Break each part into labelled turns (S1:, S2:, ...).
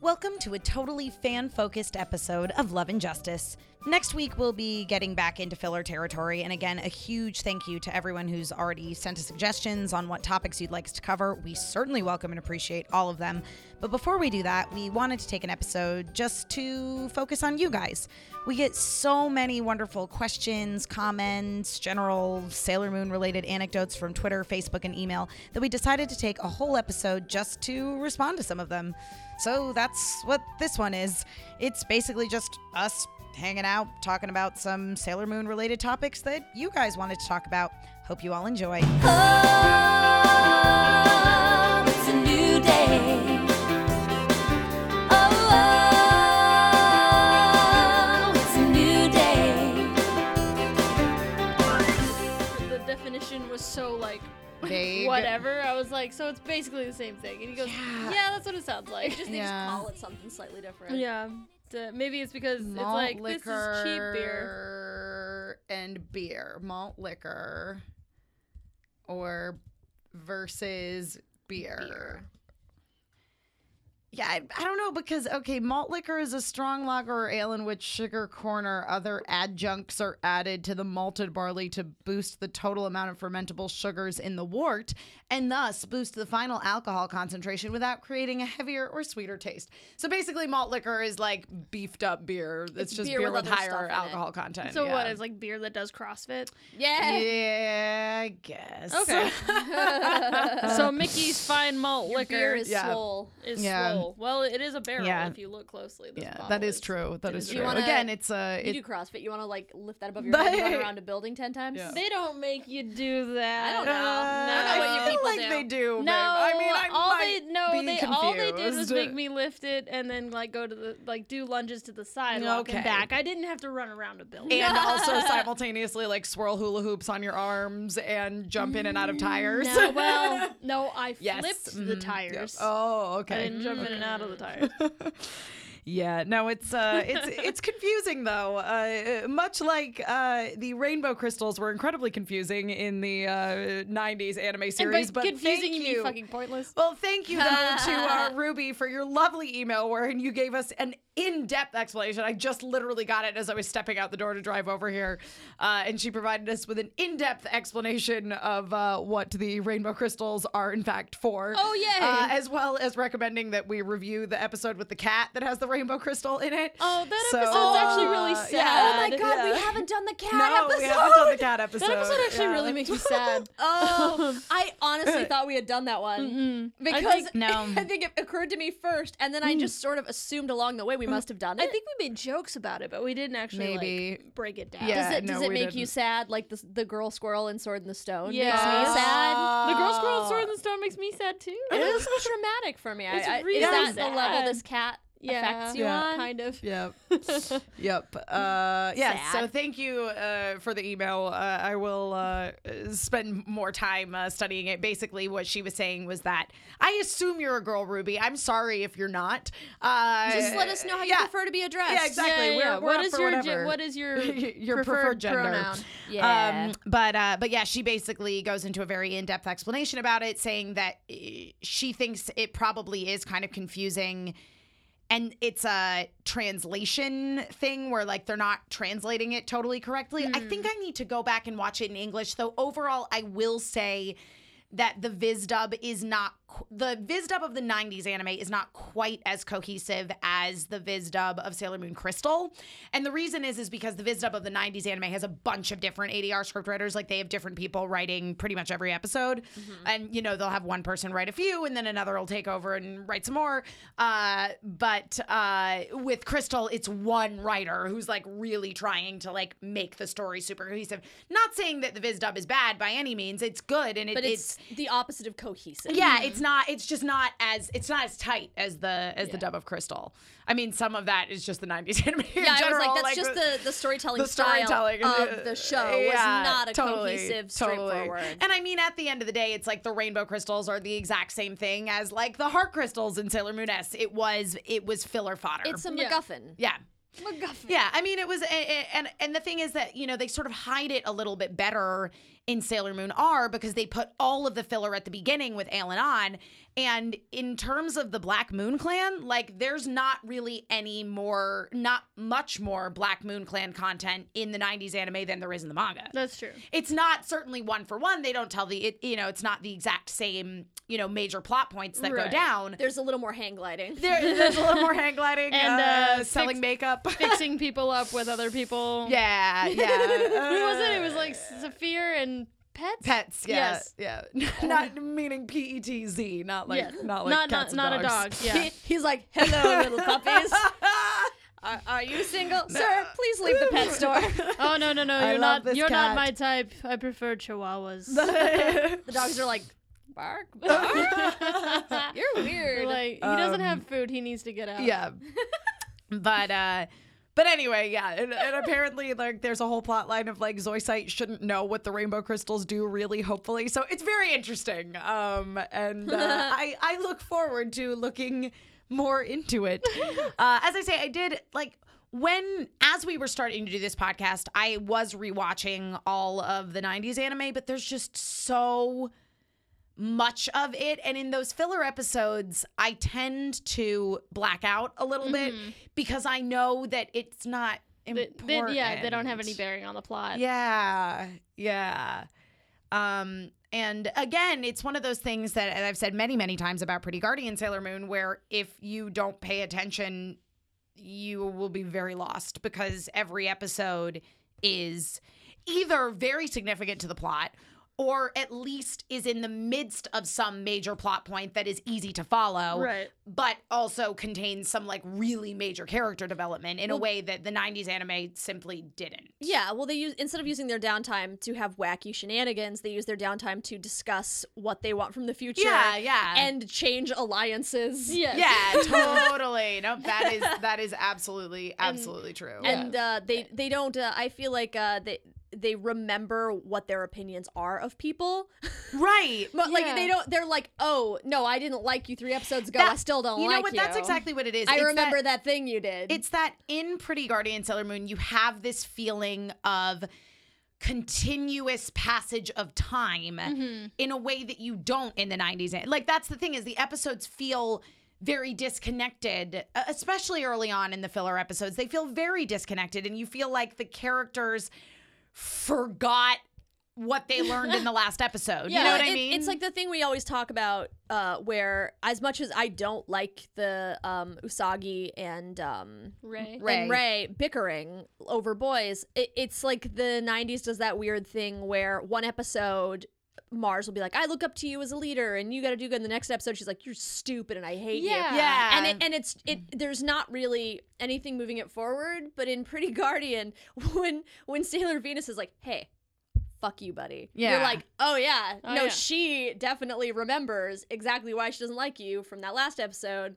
S1: Welcome to a totally fan focused episode of Love and Justice. Next week, we'll be getting back into filler territory. And again, a huge thank you to everyone who's already sent us suggestions on what topics you'd like us to cover. We certainly welcome and appreciate all of them. But before we do that, we wanted to take an episode just to focus on you guys. We get so many wonderful questions, comments, general Sailor Moon related anecdotes from Twitter, Facebook, and email that we decided to take a whole episode just to respond to some of them. So that's what this one is. It's basically just us hanging out, talking about some Sailor Moon related topics that you guys wanted to talk about. Hope you all enjoy.
S2: Oh, it's a new day. Oh, oh, it's a new day.
S3: the definition was so like
S1: Vague.
S3: whatever. I was like, so it's basically the same thing. And he goes,
S1: Yeah.
S3: yeah, that's what it sounds like.
S4: Just they
S1: Yeah.
S4: just call it something slightly different.
S3: yeah. D- maybe it's because
S1: Malt
S3: it's like this is cheap beer.
S1: liquor and beer, malt liquor, or versus beer.
S4: Beer.
S1: Yeah, I, I don't know because okay, malt liquor is a strong lager or ale in which sugar, corn, or other adjuncts are added to the malted barley to boost the total amount of fermentable sugars in the wort, and thus boost the final alcohol concentration without creating a heavier or sweeter taste. So basically, malt liquor is like beefed up beer. It's, just beer,
S4: beer with
S1: with,
S4: other
S1: higher
S4: stuff in it.
S1: alcohol content.
S3: So
S1: yeah.
S3: what is like beer that does CrossFit?
S4: Yeah.
S1: Yeah, I guess.
S3: Okay. so Mickey's fine malt
S4: Your
S3: liquor
S4: beer is
S1: Yeah.
S4: swole.
S3: Uh, is
S1: Yeah.
S3: swole. Well, it is a barrel
S1: Yeah.
S3: if you look closely. This
S1: Yeah,
S3: bottle
S1: that is true. That
S3: it
S1: is
S3: is
S1: true.
S4: You wanna-
S1: Again, Uh, it's a.
S4: You
S1: It,
S4: do CrossFit. You want to like lift that above your head and run
S1: But-
S4: around a building ten times?
S1: Yeah.
S3: They don't make you do that.
S4: I don't know.
S1: I
S4: I don't know what
S1: feel
S4: you people
S1: like
S4: do.
S1: they do.
S3: No,
S1: babe. I mean, I
S3: all
S1: might
S3: they no,
S1: be
S3: they all they did was
S1: confused.
S3: make me lift it and then like go to the like do lunges to the sidewalk
S1: Okay.
S3: and back. I didn't have to run around a building.
S1: and also simultaneously like swirl hula hoops on your arms and jump in and out of tires.
S3: No, well, no, I
S1: Yes.
S3: flipped the
S1: Mhm.
S3: tires. I
S1: oh, okay.
S3: didn't jump in and out of the tires.
S1: Yeah, no, it's uh, it's it's confusing though. Uh, much like uh, the rainbow crystals were incredibly confusing in the uh, '90s
S3: and
S1: anime
S3: by
S1: series, but
S3: confusing
S1: thank
S3: you,
S1: you.
S3: mean fucking pointless.
S1: Well, thank you though to uh, Ruby for your lovely email wherein you gave us an in-depth explanation. I just literally got it as I was stepping out the door to drive over here, uh, and she provided us with an in-depth explanation of uh, what the rainbow crystals are in fact for.
S3: Oh, yay.
S1: Uh, as well as recommending that we review the episode with the cat that has the rainbow crystal in it.
S3: Oh, that
S1: So,
S3: episode's actually really
S1: uh,
S4: Oh
S3: sad.
S4: my god,
S1: Yeah.
S4: we haven't done the cat
S1: No,
S4: episode.
S1: we haven't done the cat episode.
S3: That episode actually
S1: Yeah.
S3: really makes me sad.
S4: Oh, I honestly thought we had done that one because I
S3: think-
S4: think, Mm. it occurred to me first, and then I just sort of assumed along the way we must have done it.
S3: I think we made jokes about it, but we didn't actually like,
S1: Maybe.
S3: break it down.
S1: Yeah.
S4: does it
S1: no,
S4: does it
S1: we
S4: make you
S1: didn't.
S4: sad like the the girl squirrel in Sword in the Stone makes
S3: Yeah.
S4: me sad?
S3: The girl squirrel and sword in the stone makes me sad too.
S4: It is traumatic for me. I-
S3: It's
S4: I-
S3: really
S4: is that
S3: sad.
S4: the level this cat
S3: Yeah.
S4: affects you
S1: Yeah.
S4: on?
S3: kind of.
S1: Yep. yep. Uh, yeah. So
S4: Sad.
S1: thank you uh, for the email. Uh, I will uh, spend more time uh, studying it. Basically, what she was saying was that I assume you're a girl, Ruby. I'm sorry if you're not. Uh,
S4: Just let us know how you
S1: yeah.
S4: prefer to be addressed.
S1: Yeah, exactly.
S3: Yeah,
S1: We're-
S3: yeah.
S1: we're
S3: What
S1: up
S3: is
S1: for
S3: your ge-
S1: whatever.
S3: what is your
S1: Your
S3: preferred,
S1: preferred gender.
S3: pronoun?
S4: Yeah.
S1: Um, but uh, but yeah, she basically goes into a very in depth explanation about it, saying that uh, she thinks it probably is kind of confusing, and it's a translation thing where like they're not translating it totally correctly. I think I need to go back and watch it in English. Though overall, I will say that the Viz dub is not qu- the Viz dub of the 90s anime is not quite as cohesive as the Viz dub of Sailor Moon Crystal. And the reason is is because the Viz dub of the 90s anime has a bunch of different ADR scriptwriters like they have different people writing pretty much every episode.
S4: Mm-hmm.
S1: And you know, they'll have one person write a few and then another will take over and write some more. Uh, but uh, with Crystal it's one writer who's like really trying to like make the story super cohesive. Not saying that the Viz dub is bad by any means. It's good and it,
S4: but
S1: it's
S4: it's, the opposite of cohesive.
S1: yeah, it's not. It's just not as it's not as tight as the as the
S4: Yeah.
S1: dub of Crystal. I mean, some of that is just the '90s anime. in
S4: Yeah,
S1: general,
S4: I was like, that's just the, the storytelling
S1: the storytelling
S4: style of the show was
S1: Yeah,
S4: not a
S1: totally,
S4: cohesive,
S1: totally.
S4: straightforward.
S1: And I mean, at the end of the day, it's like the rainbow crystals are the exact same thing as like the heart crystals in Sailor Moon S. It was it was filler fodder.
S4: It's a
S3: Yeah.
S4: MacGuffin.
S1: yeah.
S4: MacGuffin.
S1: Yeah, I mean it was, a- a- and and the thing is that you know they sort of hide it a little bit better in Sailor Moon R because they put all of the filler at the beginning with Alan on, and in terms of the Black Moon Clan, like there's not really any more, not much more Black Moon Clan content in the '90s anime than there is in the manga.
S3: That's true.
S1: It's not certainly one for one. They don't tell the it, you know it's not the exact same you know major plot points that go
S3: Right.
S1: down.
S4: There's a little more hang gliding.
S1: There, there's a little more hang gliding
S3: And,
S1: uh,
S3: uh,
S1: selling
S3: fix-
S1: makeup.
S3: Fixing people up with other people.
S1: Yeah, yeah.
S3: Who was it? It was like Saphir and pets.
S1: Uh, pets. Yeah,
S3: Yes.
S1: yeah. Not meaning P E T Z, not like
S3: Yes.
S1: not like
S3: not
S1: cats
S3: not,
S1: and
S3: not
S1: dogs.
S3: a dog. Yeah.
S4: He- he's like, hello, little puppies. Are, are you single? Sir, please leave the pet store.
S3: Oh no no no!
S1: I
S3: You're
S1: love
S3: not
S1: this
S3: you're
S1: cat.
S3: not my type. I prefer chihuahuas.
S4: The dogs are like, bark, bark. You're weird.
S3: like he doesn't have food. He needs to get out.
S1: Um, yeah. But uh but anyway, yeah, and, and apparently like there's a whole plot line of like Zoisite shouldn't know what the rainbow crystals do really hopefully. So it's very interesting. Um and uh, I I look forward to looking more into it. Uh as I say I did like when as we were starting to do this podcast, I was rewatching all of the 90s anime, but there's just so much of it. And in those filler episodes, I tend to black out a little
S3: Mm-hmm.
S1: bit because I know that it's not
S3: They,
S1: important.
S3: they- yeah, they don't have any bearing on the plot.
S1: Yeah, yeah. Um, and again, it's one of those things that and I've said many, many times about Pretty Guardian Sailor Moon, where if you don't pay attention, you will be very lost because every episode is either very significant to the plot or at least is in the midst of some major plot point that is easy to follow
S3: Right.
S1: but also contains some like really major character development in a way that the 90s anime simply didn't
S4: Yeah, well, they use instead of using their downtime to have wacky shenanigans, they use their downtime to discuss what they want from the future.
S1: Yeah, yeah.
S4: and change alliances.
S3: Yes.
S1: Yeah, totally. Nope, that is that is absolutely absolutely true.
S4: and uh, they they don't. Uh, I feel like uh, they they remember what their opinions are of people,
S1: right.
S4: but like
S3: Yeah.
S4: they don't. They're like, oh no, I didn't like you three episodes ago. I
S1: That-
S4: still don't
S1: You
S4: like
S1: know what?
S4: you.
S1: That's exactly what it is.
S4: I
S1: It's
S4: remember that,
S1: that-
S4: thing you did.
S1: It's that in Pretty Guardian Sailor Moon, you have this feeling of continuous passage of time
S4: Mm-hmm.
S1: in a way that you don't in the 90s. And, Like that's the thing is the episodes feel very disconnected, uh, especially early on in the filler episodes. They feel very disconnected and you feel like the characters forgot what they learned in the last episode. you know what
S4: it-
S1: I mean?
S4: It's like the thing we always talk about, uh, where as much as I don't like the um, Usagi and um,
S3: Ray.
S1: Ray.
S4: and Ray bickering over boys, it, it's like the '90s does that weird thing where one episode. Mars will be like, I look up to you as a leader, and you got to do good. And the next episode, she's like, You're stupid, and I hate you.
S3: Yeah.
S1: yeah.
S4: And it, and it's it. There's not really anything moving it forward. But in Pretty Guardian, when when Sailor Venus is like, Hey, fuck you, buddy. You're
S1: Yeah.
S4: like, Oh yeah,
S3: Oh,
S4: no,
S3: yeah.
S4: she definitely remembers exactly why she doesn't like you from that last episode.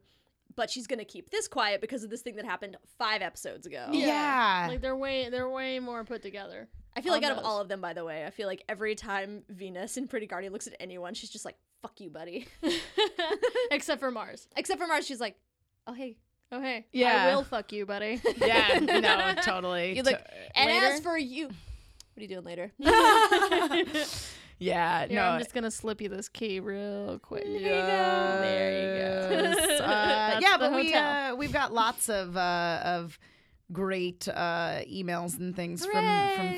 S4: But she's gonna keep this quiet because of this thing that happened five episodes ago.
S1: yeah.
S3: Like they're way they're way more put together.
S4: I feel like out of
S3: Almost.
S4: all of them, by the way, I feel like every time Venus in Pretty Guardian looks at anyone, she's just like, "Fuck you, buddy."
S3: Except for Mars.
S4: Except for Mars, she's like, "Oh hey."
S3: Oh hey.
S1: Yeah.
S3: I will fuck you, buddy.
S1: yeah, no, totally.
S4: You look.
S1: To-
S4: And as
S3: Later?
S4: for you, what are you doing later?
S1: yeah,
S3: Here,
S1: no.
S3: I'm just gonna slip you this key real quick.
S1: There you go.
S3: That's
S1: Uh, yeah,
S3: the
S1: but we
S3: hotel.
S1: uh, we've got lots of uh, of great uh, emails and things from from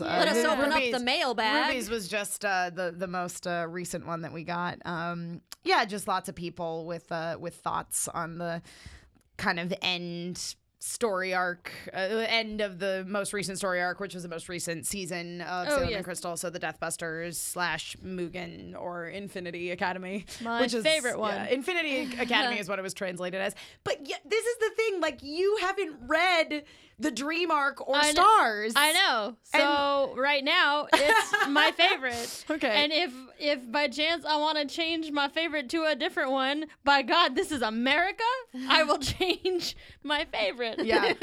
S4: Let
S1: Uh,
S4: us
S1: Ru-
S4: open up the
S1: Ruby's-
S4: mailbag.
S1: Ruby's was just uh, the the most uh, recent one that we got. Um, yeah, just lots of people with uh, with thoughts on the kind of end story arc, uh, end of the most recent story arc, which was the most recent season of
S3: Oh,
S1: Sailor Moon
S3: yes.
S1: Crystal, so the Deathbusters slash Mugen or Infinity Academy,
S3: My
S1: which is
S3: favorite one.
S1: yeah, Infinity Academy is what it was translated as. But yeah, this is the thing, like you haven't read the Dream arc or
S3: I kn-
S1: Stars.
S3: I know. So right now it's my favorite.
S1: Okay.
S3: And if if by chance I want to change my favorite to a different one, by God, this is America. I will change my favorite.
S4: it.
S1: yeah.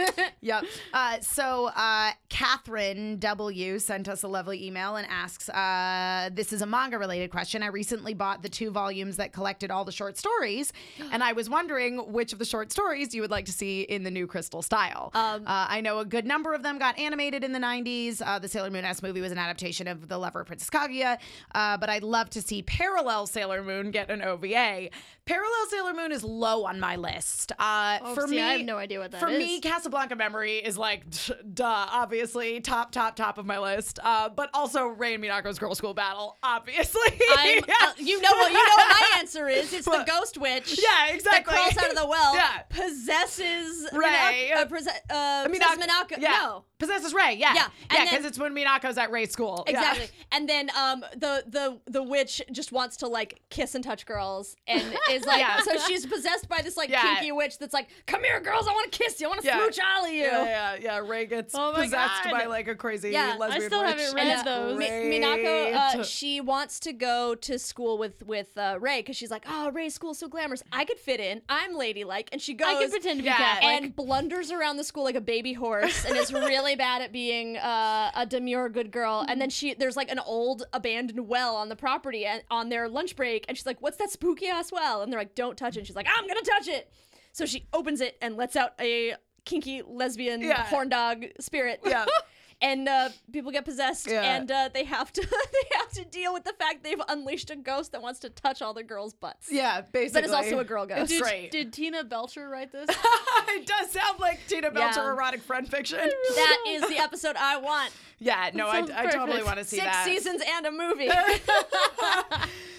S1: Yep. Uh, so uh, Catherine W sent us a lovely email and asks, uh, "This is a manga related question. I recently bought the two volumes that collected all the short stories, and I was wondering which of the short stories you would like to see in the new Crystal style.
S4: Um,
S1: uh, I know a good number of them got animated in the '90s. Uh, the Sailor Moon S movie was an adaptation of The Lover of Princess Kaguya, uh, but I'd love to see parallel Sailor Moon get an OVA. Parallel Sailor Moon is low on my list. Uh,
S3: Oh,
S1: for
S3: see,
S1: me,
S3: I have no idea what that
S1: for me,
S3: is.
S1: Casablanca Memory is like, t- duh, obviously top, top, top of my list. Uh, but also Ray and Minako's Girl School Battle, obviously.
S4: I'm, uh, you know what? You know what my answer is. It's the
S1: What?
S4: ghost witch.
S1: yeah,
S4: That
S1: exactly.
S4: crawls out of the well,
S1: Yeah.
S4: possesses
S1: Right.
S4: Minako, uh, possess, uh,
S1: Minako-
S4: possesses Minako.
S1: yeah.
S4: No,
S1: Possesses Ray, yeah,
S4: Yeah, and
S1: yeah,
S4: then-
S1: because it's when Minako's at Ray's school, Yeah.
S4: Exactly. And then um the the the witch just wants to like kiss and touch girls and is like
S1: Yeah.
S4: so she's possessed by this like
S1: Yeah.
S4: kinky witch that's like, Come here girls, I wanna kiss you, I wanna
S1: Yeah.
S4: smooch all of you.
S1: Yeah, yeah, yeah. Ray gets
S3: Oh my
S1: possessed
S3: God.
S1: by like a crazy
S4: Yeah, I
S1: lesbian
S3: still
S1: witch.
S3: haven't
S4: And,
S3: read
S1: It's
S4: uh,
S3: those.
S4: Mi-
S1: great.
S4: Minako, uh, she wants to go to school with with uh, Ray because she's like, oh, Ray's school's so glamorous. I could fit in. I'm ladylike, and she goes.
S3: I can pretend to be
S1: yeah,
S3: Catholic.
S4: and blunders around the school like a baby horse and is really bad at being uh, a demure good girl and then she there's like an old abandoned well on the property and on their lunch break and she's like what's that spooky ass well and they're like don't touch it and she's like i'm gonna touch it so she opens it and lets out a kinky lesbian
S1: Yeah.
S4: horn dog spirit
S1: Yeah.
S4: and uh, people get possessed
S1: Yeah.
S4: and uh, they have to they have to deal with the fact they've unleashed a ghost that wants to touch all their girls butts
S1: yeah, basically.
S4: but it's also a girl ghost
S1: It's
S3: did,
S1: great.
S3: did Tina Belcher write this?
S1: it does sound like Tina Belcher
S4: Yeah.
S1: erotic friend fiction.
S4: that is the episode i want
S1: yeah, no, I,
S3: sounds
S1: I totally
S3: perfect.
S1: want to see
S4: six
S1: that.
S4: seasons and a movie.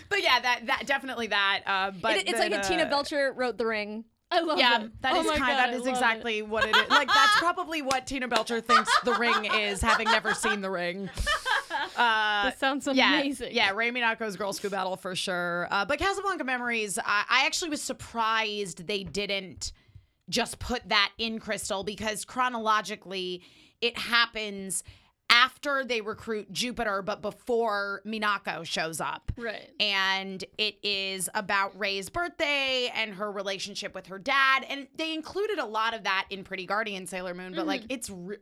S1: but yeah, that that definitely that. Uh, but
S4: It- it's like
S1: then,
S4: a Tina
S1: uh,
S4: Belcher wrote The Ring.
S3: I love
S1: Yeah,
S3: it.
S1: that
S3: oh
S1: is
S3: my
S1: kind.
S3: God,
S1: that
S3: I
S1: is
S3: love it.
S1: exactly what it is. Like that's probably what Tina Belcher thinks The Ring is, having never seen The Ring. Uh,
S3: That sounds
S1: yeah,
S3: amazing.
S1: Yeah, Ray Minako's Girl School Battle for sure. Uh, but Casablanca Memories, I, I actually was surprised they didn't just put that in Crystal because chronologically it happens after they recruit Jupiter, but before Minako shows up.
S3: Right.
S1: And it is about Ray's birthday and her relationship with her dad. And they included a lot of that in Pretty Guardian Sailor Moon, but like it's. Re-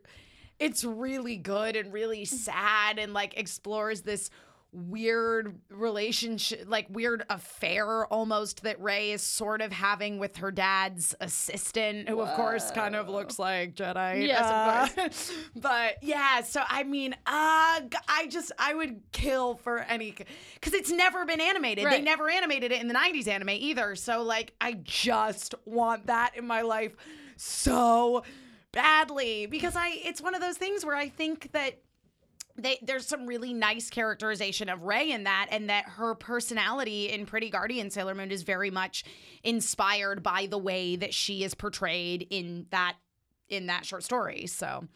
S1: it's really good and really sad and like explores this weird relationship like weird affair almost that Ray is sort of having with her dad's assistant who of course kind of looks like Jedi.
S3: Yes, of
S1: course. But yeah, so I mean, uh g- I just I would kill for any cuz it's never been animated. They
S3: Right.
S1: never animated it in the 90s anime either. So like I just want that in my life so badly because I it's one of those things where I think that they there's some really nice characterization of Rey in that and that her personality in Pretty Guardian Sailor Moon is very much inspired by the way that she is portrayed in that in that short story. So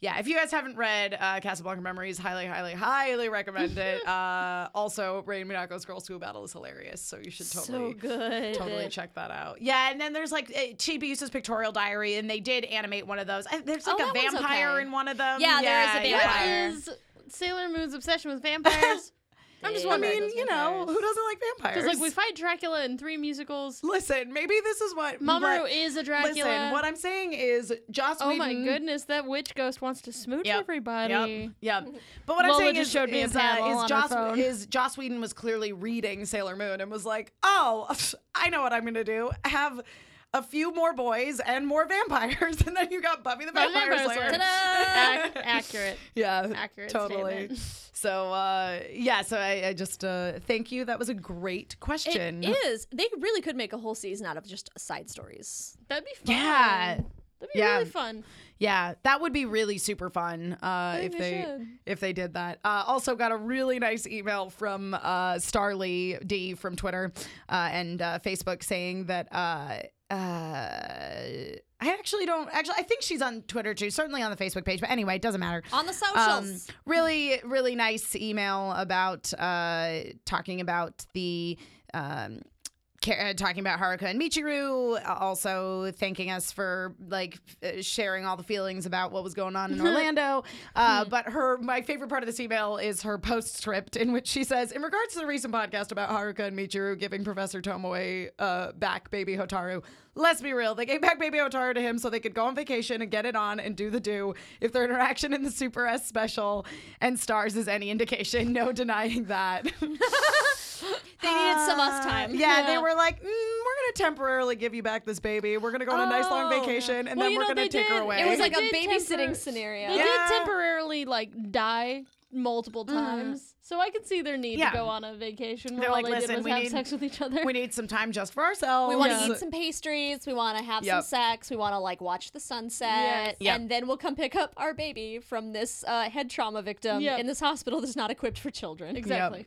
S1: yeah, if you guys haven't read uh, Casablanca Memories, highly, highly, highly recommend it. uh, also, Ray and Minako's Girl School Battle is hilarious, so you should totally
S4: So good.
S1: totally check that out. Yeah, and then there's like uh, Chibiusa's Pictorial Diary, and they did animate one of those. I, there's like
S4: Oh,
S1: a
S4: that one's
S1: vampire
S4: okay.
S1: in one of them.
S4: Yeah, there is a
S1: yeah.
S3: What
S4: vampire.
S3: is Sailor Moon's obsession with vampires? I'm just
S4: They
S1: I
S4: Vampire
S3: wondering.
S1: mean, you know, who doesn't like vampires?
S3: Because like we fight Dracula in three musicals.
S1: Listen, maybe this is what
S3: Mamoru
S1: what-
S3: is a Dracula.
S1: Listen, what I'm saying is Joss
S3: oh my
S1: Whedon-
S3: goodness, that witch ghost wants to smooch
S1: Yep.
S3: everybody.
S1: Yep. Yep. But what
S3: Lola
S1: I'm saying
S3: just
S1: is,
S3: showed me a
S1: is, uh,
S3: panel
S1: is
S3: on her
S1: Joss
S3: phone.
S1: is Joss Whedon was clearly reading Sailor Moon and was like, "Oh, I know what I'm going to do. Have a few more boys and more vampires, and then you got Buffy the
S3: Buffy the
S1: Vampire
S3: Vampire
S1: Slayer."
S3: Slayer. Ac- accurate.
S1: Yeah,
S3: Accurate
S1: totally.
S3: statement.
S1: So uh, yeah, so I, I just uh, thank you. That was a great question.
S4: It is. They really could make a whole season out of just side stories.
S3: That'd be fun.
S1: Yeah.
S3: That'd be
S1: Yeah.
S3: really fun.
S1: Yeah, that would be really super fun uh,
S4: think
S1: if
S4: they
S1: they
S4: should.
S1: if they did that. Uh, also, got a really nice email from uh, Starly D from Twitter uh, and uh, Facebook saying that. Uh, uh, I actually don't. Actually, I think she's on Twitter too. Certainly on the Facebook page, but anyway, it doesn't matter.
S4: On the
S1: Um,
S4: socials.
S1: really, really nice email about uh, talking about the. Um,
S5: ca- uh, talking about Haruka and Michiru, uh, also thanking us for like f- uh, sharing all the feelings about what was going on in Orlando.
S4: Hmm.
S5: Uh, but her, my favorite part of this email is her postscript in which she says, in regards to the recent podcast about Haruka and Michiru giving Professor Tomoe uh, back baby Hotaru, let's be real, they gave back baby Hotaru to him so they could go on vacation and get it on and do the do. If their interaction in the Super S special and stars is any indication, no denying that.
S4: They needed some us
S1: Uh,
S4: time.
S5: Yeah, they were like, mm, we're going to temporarily give you back this baby. We're going to go on a nice long
S4: Oh.
S5: vacation, and
S3: Well,
S5: then
S3: you
S5: we're
S3: know,
S5: going to
S3: they
S5: take her
S3: did.
S5: away.
S4: It was
S3: They
S4: like a
S3: did
S4: babysitting
S3: temper-
S4: scenario.
S3: They
S5: Yeah.
S3: did temporarily like die multiple times, so I can see their need
S5: Yeah.
S3: to go on a vacation
S5: They're
S3: where all
S5: like,
S3: they
S5: "Listen,
S3: did was
S5: we
S3: have
S5: need-
S3: sex with each other.
S5: we need some time just for ourselves.
S4: We want to
S3: Yeah.
S4: eat some pastries. We want to have
S5: Yep.
S4: some sex. We want to like watch the sunset,
S3: Yes.
S5: Yep.
S4: and then we'll come pick up our baby from this uh, head trauma victim
S3: Yep.
S4: in this hospital that's not equipped for children.
S3: exactly.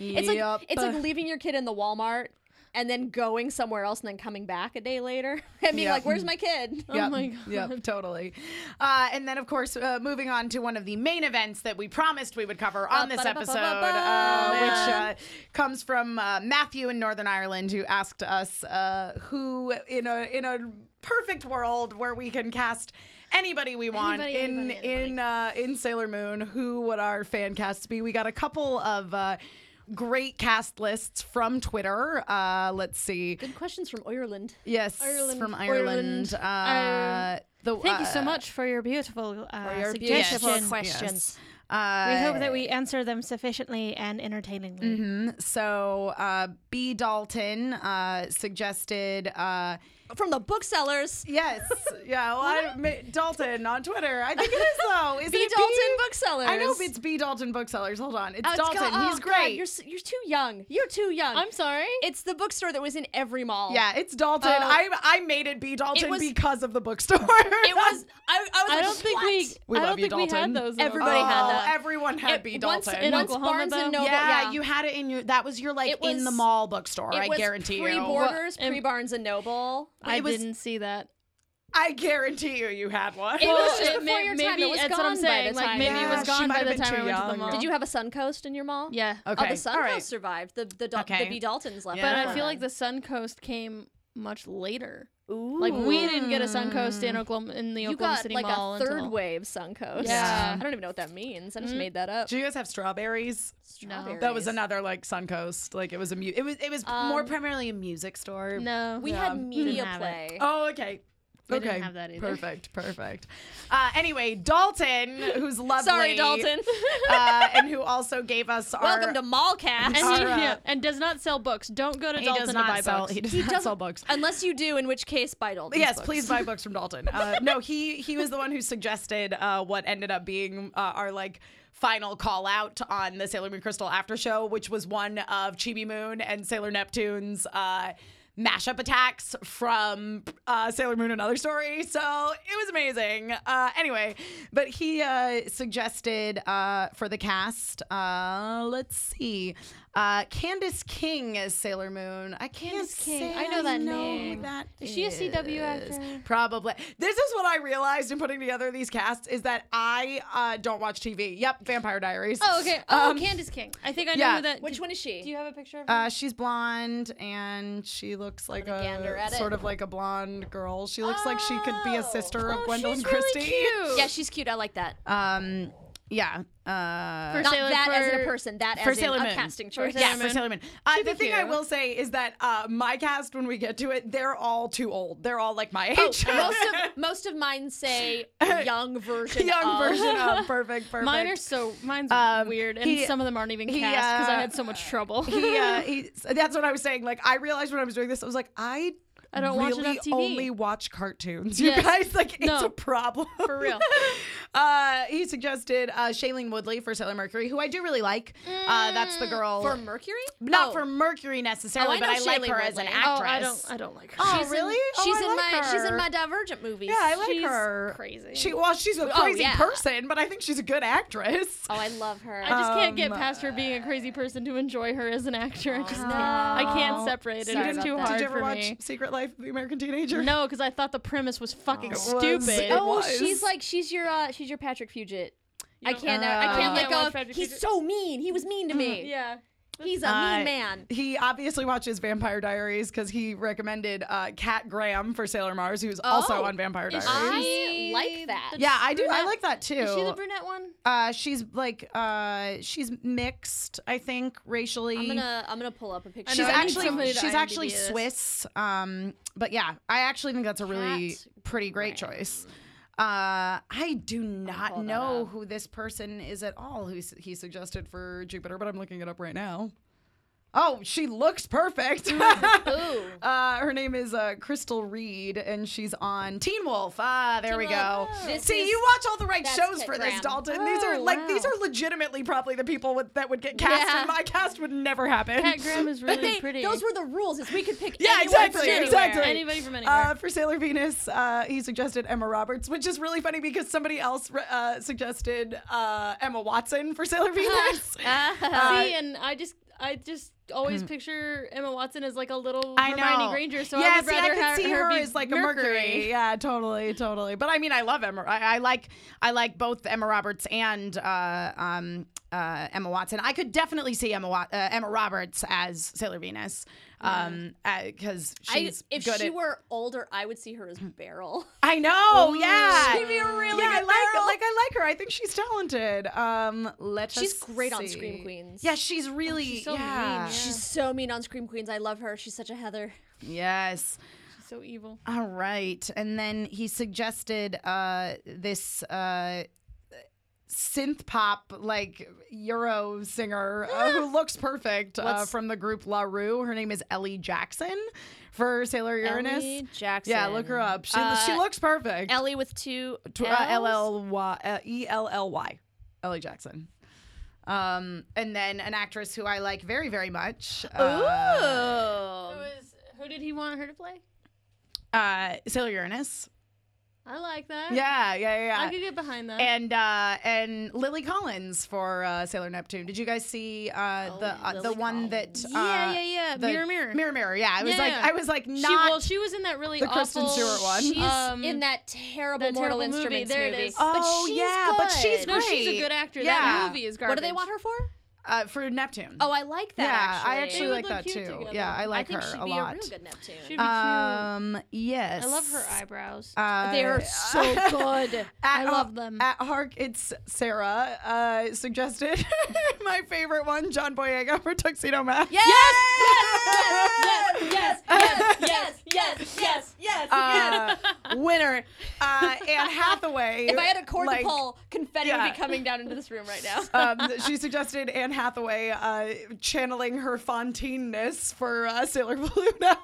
S4: It's like
S5: Yep.
S4: it's like leaving your kid in the Walmart and then going somewhere else and then coming back a day later and being
S5: Yep.
S4: like, "Where's my kid?"
S3: Oh my god.
S5: Yep, totally. Uh, and then, of course, uh, moving on to one of the main events that we promised we would cover on this episode, uh, which uh, comes from uh, Matthew in Northern Ireland, who asked us uh, who, in a in a perfect world where we can cast anybody we want
S3: Anybody,
S5: in
S3: anybody,
S5: in uh, in Sailor Moon, who would our fan casts be? We got a couple of. Uh, Great cast lists from Twitter. Uh, let's see.
S4: Good questions from Ireland.
S5: Yes,
S3: Ireland.
S5: from Ireland.
S3: Ireland.
S5: Uh, the,
S6: Thank you
S5: uh,
S6: so much for your beautiful uh,
S5: your
S6: suggestions.
S5: beautiful
S6: We
S5: questions. Uh,
S6: hope that we answer them sufficiently and entertainingly.
S5: So uh, B. Dalton uh, suggested. Uh,
S4: From the booksellers,
S5: yes, yeah. Well, I, Ma- Dalton on Twitter. I think it is though. Is
S4: B.
S5: it
S4: Dalton
S5: B?
S4: booksellers.
S5: I know it's B. Dalton booksellers. Hold on, it's
S4: Oh, it's
S5: Dalton.
S4: go- oh,
S5: He's
S4: God,
S5: great.
S4: you're s- you're too young. You're too young.
S3: I'm sorry.
S4: It's the bookstore that was in every mall.
S5: yeah, it's Dalton. I I made Oh. it B. Dalton
S4: was-
S5: because of the bookstore.
S4: It was. I, I was.
S3: I
S4: like,
S3: don't think
S4: "What?"
S3: we.
S5: We
S3: I
S5: love
S3: don't
S5: you,
S3: think we
S5: Dalton.
S3: had those. in
S4: Everybody
S3: Oklahoma.
S4: had
S5: Oh,
S4: that.
S5: Everyone had
S4: It-
S5: B.
S4: once-
S5: Dalton.
S3: in
S4: Once
S3: Oklahoma,
S4: Barnes and
S3: though?
S4: Noble.
S5: yeah,
S4: Yeah,
S5: you had it in your. That was your like
S4: It
S5: in the
S4: was-
S5: mall bookstore.
S4: It
S5: I
S4: was
S5: guarantee you.
S4: pre-borders,
S3: Well,
S4: pre-Barnes and Noble.
S3: Oh, I
S5: It was-
S3: didn't see that.
S5: I guarantee you, you had one.
S4: It was just
S3: it
S4: before
S3: may-
S4: your time.
S3: maybe
S4: It was
S3: that's
S4: gone
S3: what I'm
S4: by
S3: saying.
S4: the
S3: like
S4: time.
S3: maybe
S5: Yeah,
S3: it was
S5: she
S3: gone
S5: might
S3: by
S5: have
S3: the
S5: been
S3: time
S5: too
S3: I went to the
S5: young.
S3: mall.
S4: Did you have a Suncoast in your mall?
S3: Yeah.
S4: Oh,
S5: okay.
S4: the Suncoast
S5: All right.
S4: survived. The the, Dal-
S5: Okay.
S4: the B Daltons left.
S5: Yeah.
S3: But
S5: Yeah.
S3: I feel like the Suncoast came much later.
S4: Ooh.
S3: Like we didn't get a Suncoast
S5: Mm.
S3: in Oklahoma in the
S4: you
S3: Oklahoma
S4: got
S3: City
S4: like
S3: Mall
S4: a third
S3: until-
S4: wave Suncoast.
S3: Yeah.
S4: I don't even know what that means. I just
S3: Mm.
S4: made that up.
S5: Do you guys have strawberries?
S4: Strawberries.
S5: That was another like Suncoast. Like it was a mu- it was it was more
S4: Um,
S5: primarily a music store.
S3: No.
S4: We
S5: Yeah.
S4: had media
S6: have it.
S4: play.
S5: Oh, okay.
S6: We
S5: okay.
S6: didn't have that either.
S5: Perfect. Perfect. Uh, anyway, Dalton, who's lovely.
S4: Sorry, Dalton.
S5: uh, and who also gave us our.
S4: Welcome to Mallcast.
S3: and,
S5: All
S3: he-
S5: right.
S3: yeah, and does not sell books. Don't go to
S5: He
S3: Dalton
S5: does not
S3: to buy
S5: sell.
S3: books.
S5: He does
S4: He
S5: not
S4: doesn't-
S5: sell books.
S4: Unless you do, in which case, buy Dalton.
S5: Yes, please buy books from Dalton. Uh, no, he he was the one who suggested uh, what ended up being uh, our like final call out on the Sailor Moon Crystal after show, which was one of Chibi Moon and Sailor Neptune's uh, mashup attacks from uh, Sailor Moon Another Story. So it was amazing. Uh, anyway, but he uh, suggested uh, for the cast. Uh, let's see. Uh, Candace King as Sailor Moon. I can't
S6: Candace King.
S5: say
S6: I know that
S5: know
S6: name.
S5: who that
S6: Is she a CW
S5: is.
S6: actor?
S5: Probably. This is what I realized in putting together these casts is that I uh, don't watch TV. Yep, Vampire Diaries.
S3: Oh, okay. Oh,
S5: Um,
S3: Candace King. I think I know
S5: yeah.
S3: who that.
S4: Which one is
S3: Do
S4: she?
S3: you have a picture of her?
S5: Uh, she's blonde and she looks like
S4: gonna gander
S5: a
S4: at it.
S5: sort of like a blonde girl. She looks like she could be a sister of
S3: oh,
S5: Gwendolyn
S3: she's
S5: Christie.
S3: really cute.
S4: Yeah, she's cute. I like that.
S5: Um, yeah. Uh,
S3: For
S4: Not
S3: Sailor-
S4: that as in a
S3: for-
S4: person, that
S5: for
S4: as in
S5: Sailor
S4: a
S5: Moon.
S4: casting choice.
S5: yeah, for
S3: Moon.
S5: Sailor Moon. Uh, the thing I
S3: cute.
S5: will say is that uh, my cast, when we get to it, they're all too old. They're all like
S3: Oh,
S5: my
S4: most
S5: age.
S4: of most of mine say young version.
S5: young
S4: of.
S5: version of perfect, perfect.
S3: Mine are so mine's
S5: Um,
S3: weird, and
S5: he-
S3: some of them aren't even
S5: he,
S3: cast because
S5: uh,
S3: I had so much trouble.
S5: he, uh, he, so that's what I was saying. Like, I realized when I was doing this, I was like, I,
S3: I don't watch
S5: really
S3: enough TV.
S5: only watch cartoons. You
S3: Yes.
S5: guys, like, it's
S3: No.
S5: a problem.
S3: For real.
S5: uh, he suggested uh, Shailene Woodley for Sailor Mercury, who I do really like. Uh, that's
S3: Mm.
S5: the girl.
S4: for Mercury.
S5: not
S4: Oh.
S5: for Mercury necessarily,
S4: Oh, I
S5: but
S4: know
S5: I like
S4: Shailene
S5: her as an
S4: Woodley.
S5: actress.
S3: oh, I don't, I don't like her.
S5: Oh,
S4: She's in-
S5: really? Oh,
S4: she's
S5: I
S4: in
S5: like
S4: my she's in
S5: her.
S4: my Divergent movies.
S5: Yeah, I like
S3: She's
S5: her.
S3: crazy. Oh,
S5: She well, she's a crazy
S4: yeah.
S5: person, but I think she's a good actress.
S4: Oh, I love her.
S3: I just can't get
S5: Um,
S3: past her being a crazy person to enjoy her as an actor. I just
S4: no.
S3: can't. I
S5: Oh,
S3: can't separate it.
S4: Sorry
S3: It's
S4: about
S3: too
S4: that.
S3: hard
S5: Did you ever
S3: for
S5: watch
S3: me.
S5: Secret Life of the American Teenager?
S3: No, because I thought the premise was fucking
S5: It was-
S3: stupid.
S5: it
S4: oh,
S5: was.
S4: she's like she's your uh, she's your Patrick Fugit. I
S3: don't-
S4: can't
S5: Oh.
S4: I
S5: You
S4: can't
S5: can't
S4: let
S3: watch
S4: go. of-
S3: Patrick
S4: He's
S3: Fugit.
S4: so mean. He was mean to me.
S3: yeah.
S4: He's a
S5: Uh,
S4: mean man.
S5: He obviously watches Vampire Diaries because he recommended uh, Kat Graham for Sailor Mars, who's also
S4: Oh.
S5: on Vampire
S3: Is
S5: Diaries.
S4: I
S3: she
S4: like that.
S3: the
S5: yeah, I do. I
S3: brunette-
S5: like that too.
S3: Is she the brunette one?
S5: uh, she's like uh, she's mixed, I think, racially.
S4: I'm gonna I'm gonna pull up a picture.
S5: she's
S3: I know, I need
S5: actually
S3: somebody to
S5: she's
S3: IMDb
S5: actually
S3: this.
S5: Swiss. Um, but yeah, I actually think that's a really
S4: Kat
S5: pretty great choice. Uh, I do not
S4: pull that
S5: know
S4: up.
S5: who this person is at all who s- he suggested for Jupiter, but I'm looking it up right now. Oh, she looks perfect.
S4: Ooh.
S5: Uh, her name is uh, Crystal Reed, and she's on Teen Wolf. Ah, there we
S4: Teen
S5: go.
S4: Wolf. This
S5: See,
S4: is-
S5: you watch all the right
S4: that's
S5: shows
S4: Kit
S5: for this,
S4: Graham.
S5: Dalton. these are
S3: Oh,
S5: like these
S3: wow.
S5: are legitimately probably the people with, that would get cast,
S4: Yeah.
S5: and my cast would never happen.
S3: Cat Graham is really
S4: But they,
S3: pretty.
S4: those were the rules. Is we could pick.
S5: Yeah,
S4: anyone from
S5: exactly,
S4: anywhere.
S5: exactly.
S3: Anybody from anywhere.
S5: Uh, for Sailor Venus, uh, he suggested Emma Roberts, which is really funny because somebody else re- uh, suggested uh, Emma Watson for Sailor Venus. Uh, Hmm.
S3: See, and I just, I just always picture Emma Watson as like a little
S5: I
S3: Hermione
S5: know.
S3: Granger. So
S5: yeah,
S3: I would
S5: see,
S3: rather
S5: I could
S3: ha-
S5: see
S3: her,
S5: her,
S3: be
S5: as like a Mercury. Yeah, totally, totally. But I mean, I love Emma. I, I like, I like both Emma Roberts and uh, um, uh, Emma Watson. I could definitely see Emma Wa- uh, Emma Roberts as Sailor Venus, um, because
S4: I,
S5: she's
S4: if
S5: good
S4: she
S5: at.
S4: were older, I would see her as Beryl.
S5: I know. yeah.
S4: She'd be a really
S5: yeah, I
S4: good
S5: like,
S4: Beryl.
S5: like I like her. I think she's talented. Um, let
S4: She's
S5: us
S4: great on
S5: see.
S4: Scream Queens.
S5: Yeah, she's really
S3: she's so mean,
S5: yeah.
S3: yeah.
S4: She's so mean on Scream Queens. I love her. She's such a Heather.
S5: Yes.
S3: She's so evil.
S5: All right. And then he suggested uh, this uh, synth pop, like Euro singer uh, who looks perfect uh,
S4: What's-
S5: from the group La Rue. Her name is Ellie Jackson for Sailor Uranus.
S4: Ellie Jackson.
S5: Yeah, look her up. She,
S4: Uh,
S5: she looks perfect.
S4: Ellie with two
S5: Tw- uh,
S4: Ls?
S5: LLY, uh, E-L-L-Y. Ellie Jackson. Um, and then an actress who I like very, very much. Uh,
S3: Who is? Who did he want her to play?
S5: uh, Sailor Uranus.
S3: I like that.
S5: Yeah, yeah, yeah. yeah.
S3: I could get behind that.
S5: and uh, and Lily Collins for uh, Sailor Neptune. Did you guys see uh, the uh, the
S4: Lily
S5: one
S4: Collins.
S5: that? Uh,
S3: yeah, yeah, yeah.
S5: the-
S3: mirror, mirror.
S5: Mirror, mirror. Yeah, I was
S3: Yeah,
S5: like,
S3: yeah.
S5: I was like,
S3: She,
S5: not.
S3: well, she was in that really
S5: the Kristen
S3: awful.
S5: Stewart one.
S3: She's
S4: Um, in
S3: in
S4: that
S3: that.
S4: terrible
S3: that
S4: Mortal
S3: terrible movie.
S4: Instruments
S3: There it
S4: movie.
S3: is.
S5: oh
S4: she's
S5: yeah, but she's
S4: good.
S3: No, she's a
S5: great.
S3: good actor.
S5: Yeah.
S3: That movie is garbage.
S4: What do they want her for?
S5: uh, for Neptune.
S4: Oh, I like that.
S5: yeah,
S4: actually.
S5: I actually
S3: would
S5: like
S3: look
S5: that too.
S3: cute together.
S5: Yeah, I
S3: I
S5: like
S4: think
S5: her
S4: she'd
S5: a
S4: be
S5: lot.
S4: a real good Neptune.
S3: She'd be
S5: um, yes,
S6: I love her eyebrows.
S5: Uh,
S4: they are so good.
S3: I love them.
S5: At Hark, it's Sarah uh, suggested my favorite one, John Boyega for Tuxedo Mask.
S4: Yes! Yes! Yes! Yes! Yes! Yes! Yes! Yes!
S5: uh, winner. Uh, Anne Hathaway.
S4: If I had a cord
S5: like,
S4: to pull, confetti
S5: yeah.
S4: would be coming down into this room right now.
S5: um, she suggested Anne Hathaway uh, channeling her Fontaine-ness for uh, Sailor Bluto. I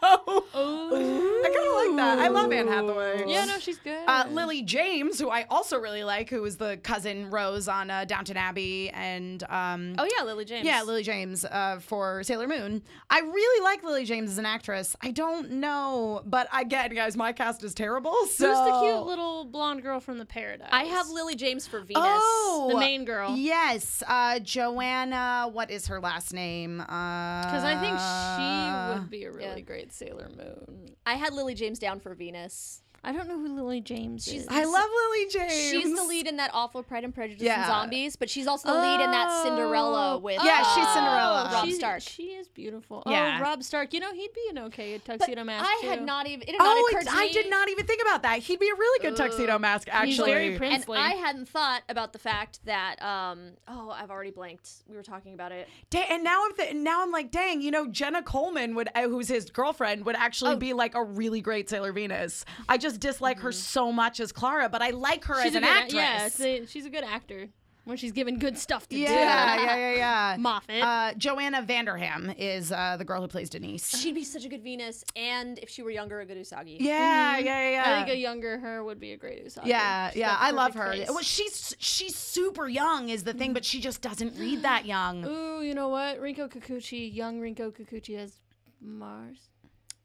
S5: kind of like that. I love Anne Hathaway.
S3: Yeah, no, she's good.
S5: Uh, Lily James, who I also really like, who is the cousin Rose on uh, Downton Abbey, and um,
S4: Oh yeah, Lily James.
S5: Yeah, Lily James uh, for Sailor Moon. I really like Lily James as an actress. I don't know, but again, guys, my cast is terrible. So
S3: Who's the cute little blonde girl from the Paradise?
S4: I have Lily James for Venus.
S5: Oh,
S3: the main girl.
S5: Yes, uh, Joanna. What is her last name? Uh, Because
S3: Because I think she would be a really
S4: yeah.
S3: great Sailor Moon.
S4: I had Lily James down for Venus.
S6: I don't know who Lily James
S4: She's-
S6: is.
S5: I love Lily James.
S4: She's the lead in that awful Pride and Prejudice
S5: Yeah. Oh.
S4: and Zombies, but she's also the lead in that Cinderella with
S5: Yeah, she's
S4: uh,
S5: Cinderella.
S4: Rob
S3: She's-
S4: Stark.
S3: She is beautiful.
S5: Yeah.
S3: Oh, Rob Stark. You know, he'd be an okay
S4: But
S3: tuxedo mask.
S4: I had
S3: too.
S4: not even. It had
S5: Oh,
S4: not occurred
S5: it's-
S4: to me,
S5: I did not even think about that. He'd be a really good tuxedo mask,
S3: He's
S5: actually.
S3: very
S4: And
S3: princely.
S4: I hadn't thought about the fact that um oh I've already blanked. We were talking about it.
S5: Da- and now I'm th- now I'm like, dang, you know, Jenna Coleman would, uh, who's his girlfriend, would actually
S3: Oh.
S5: be like a really great Sailor Venus. I just dislike her so much as Clara, but I like her
S3: Mm-hmm.
S5: as
S3: she's a
S5: an
S3: good act-
S5: actress.
S3: Yeah, it's a- she's a good actor when she's given good stuff to
S5: yeah,
S3: do.
S5: yeah, yeah, yeah.
S3: Moffat.
S5: Uh, Joanna Vanderham is uh, the girl who plays Denise.
S4: She'd be such a good Venus, and if she were younger, a good Usagi.
S5: yeah,
S3: Mm-hmm.
S5: yeah, yeah, yeah.
S3: I think a younger her would be a great Usagi.
S5: yeah,
S3: She's
S5: yeah,
S3: got the
S5: I love her.
S3: perfect face.
S5: Well, she's she's super young is the thing, but she just doesn't read that young.
S3: Ooh, you know what? Rinko Kikuchi, young Rinko Kikuchi as Mars.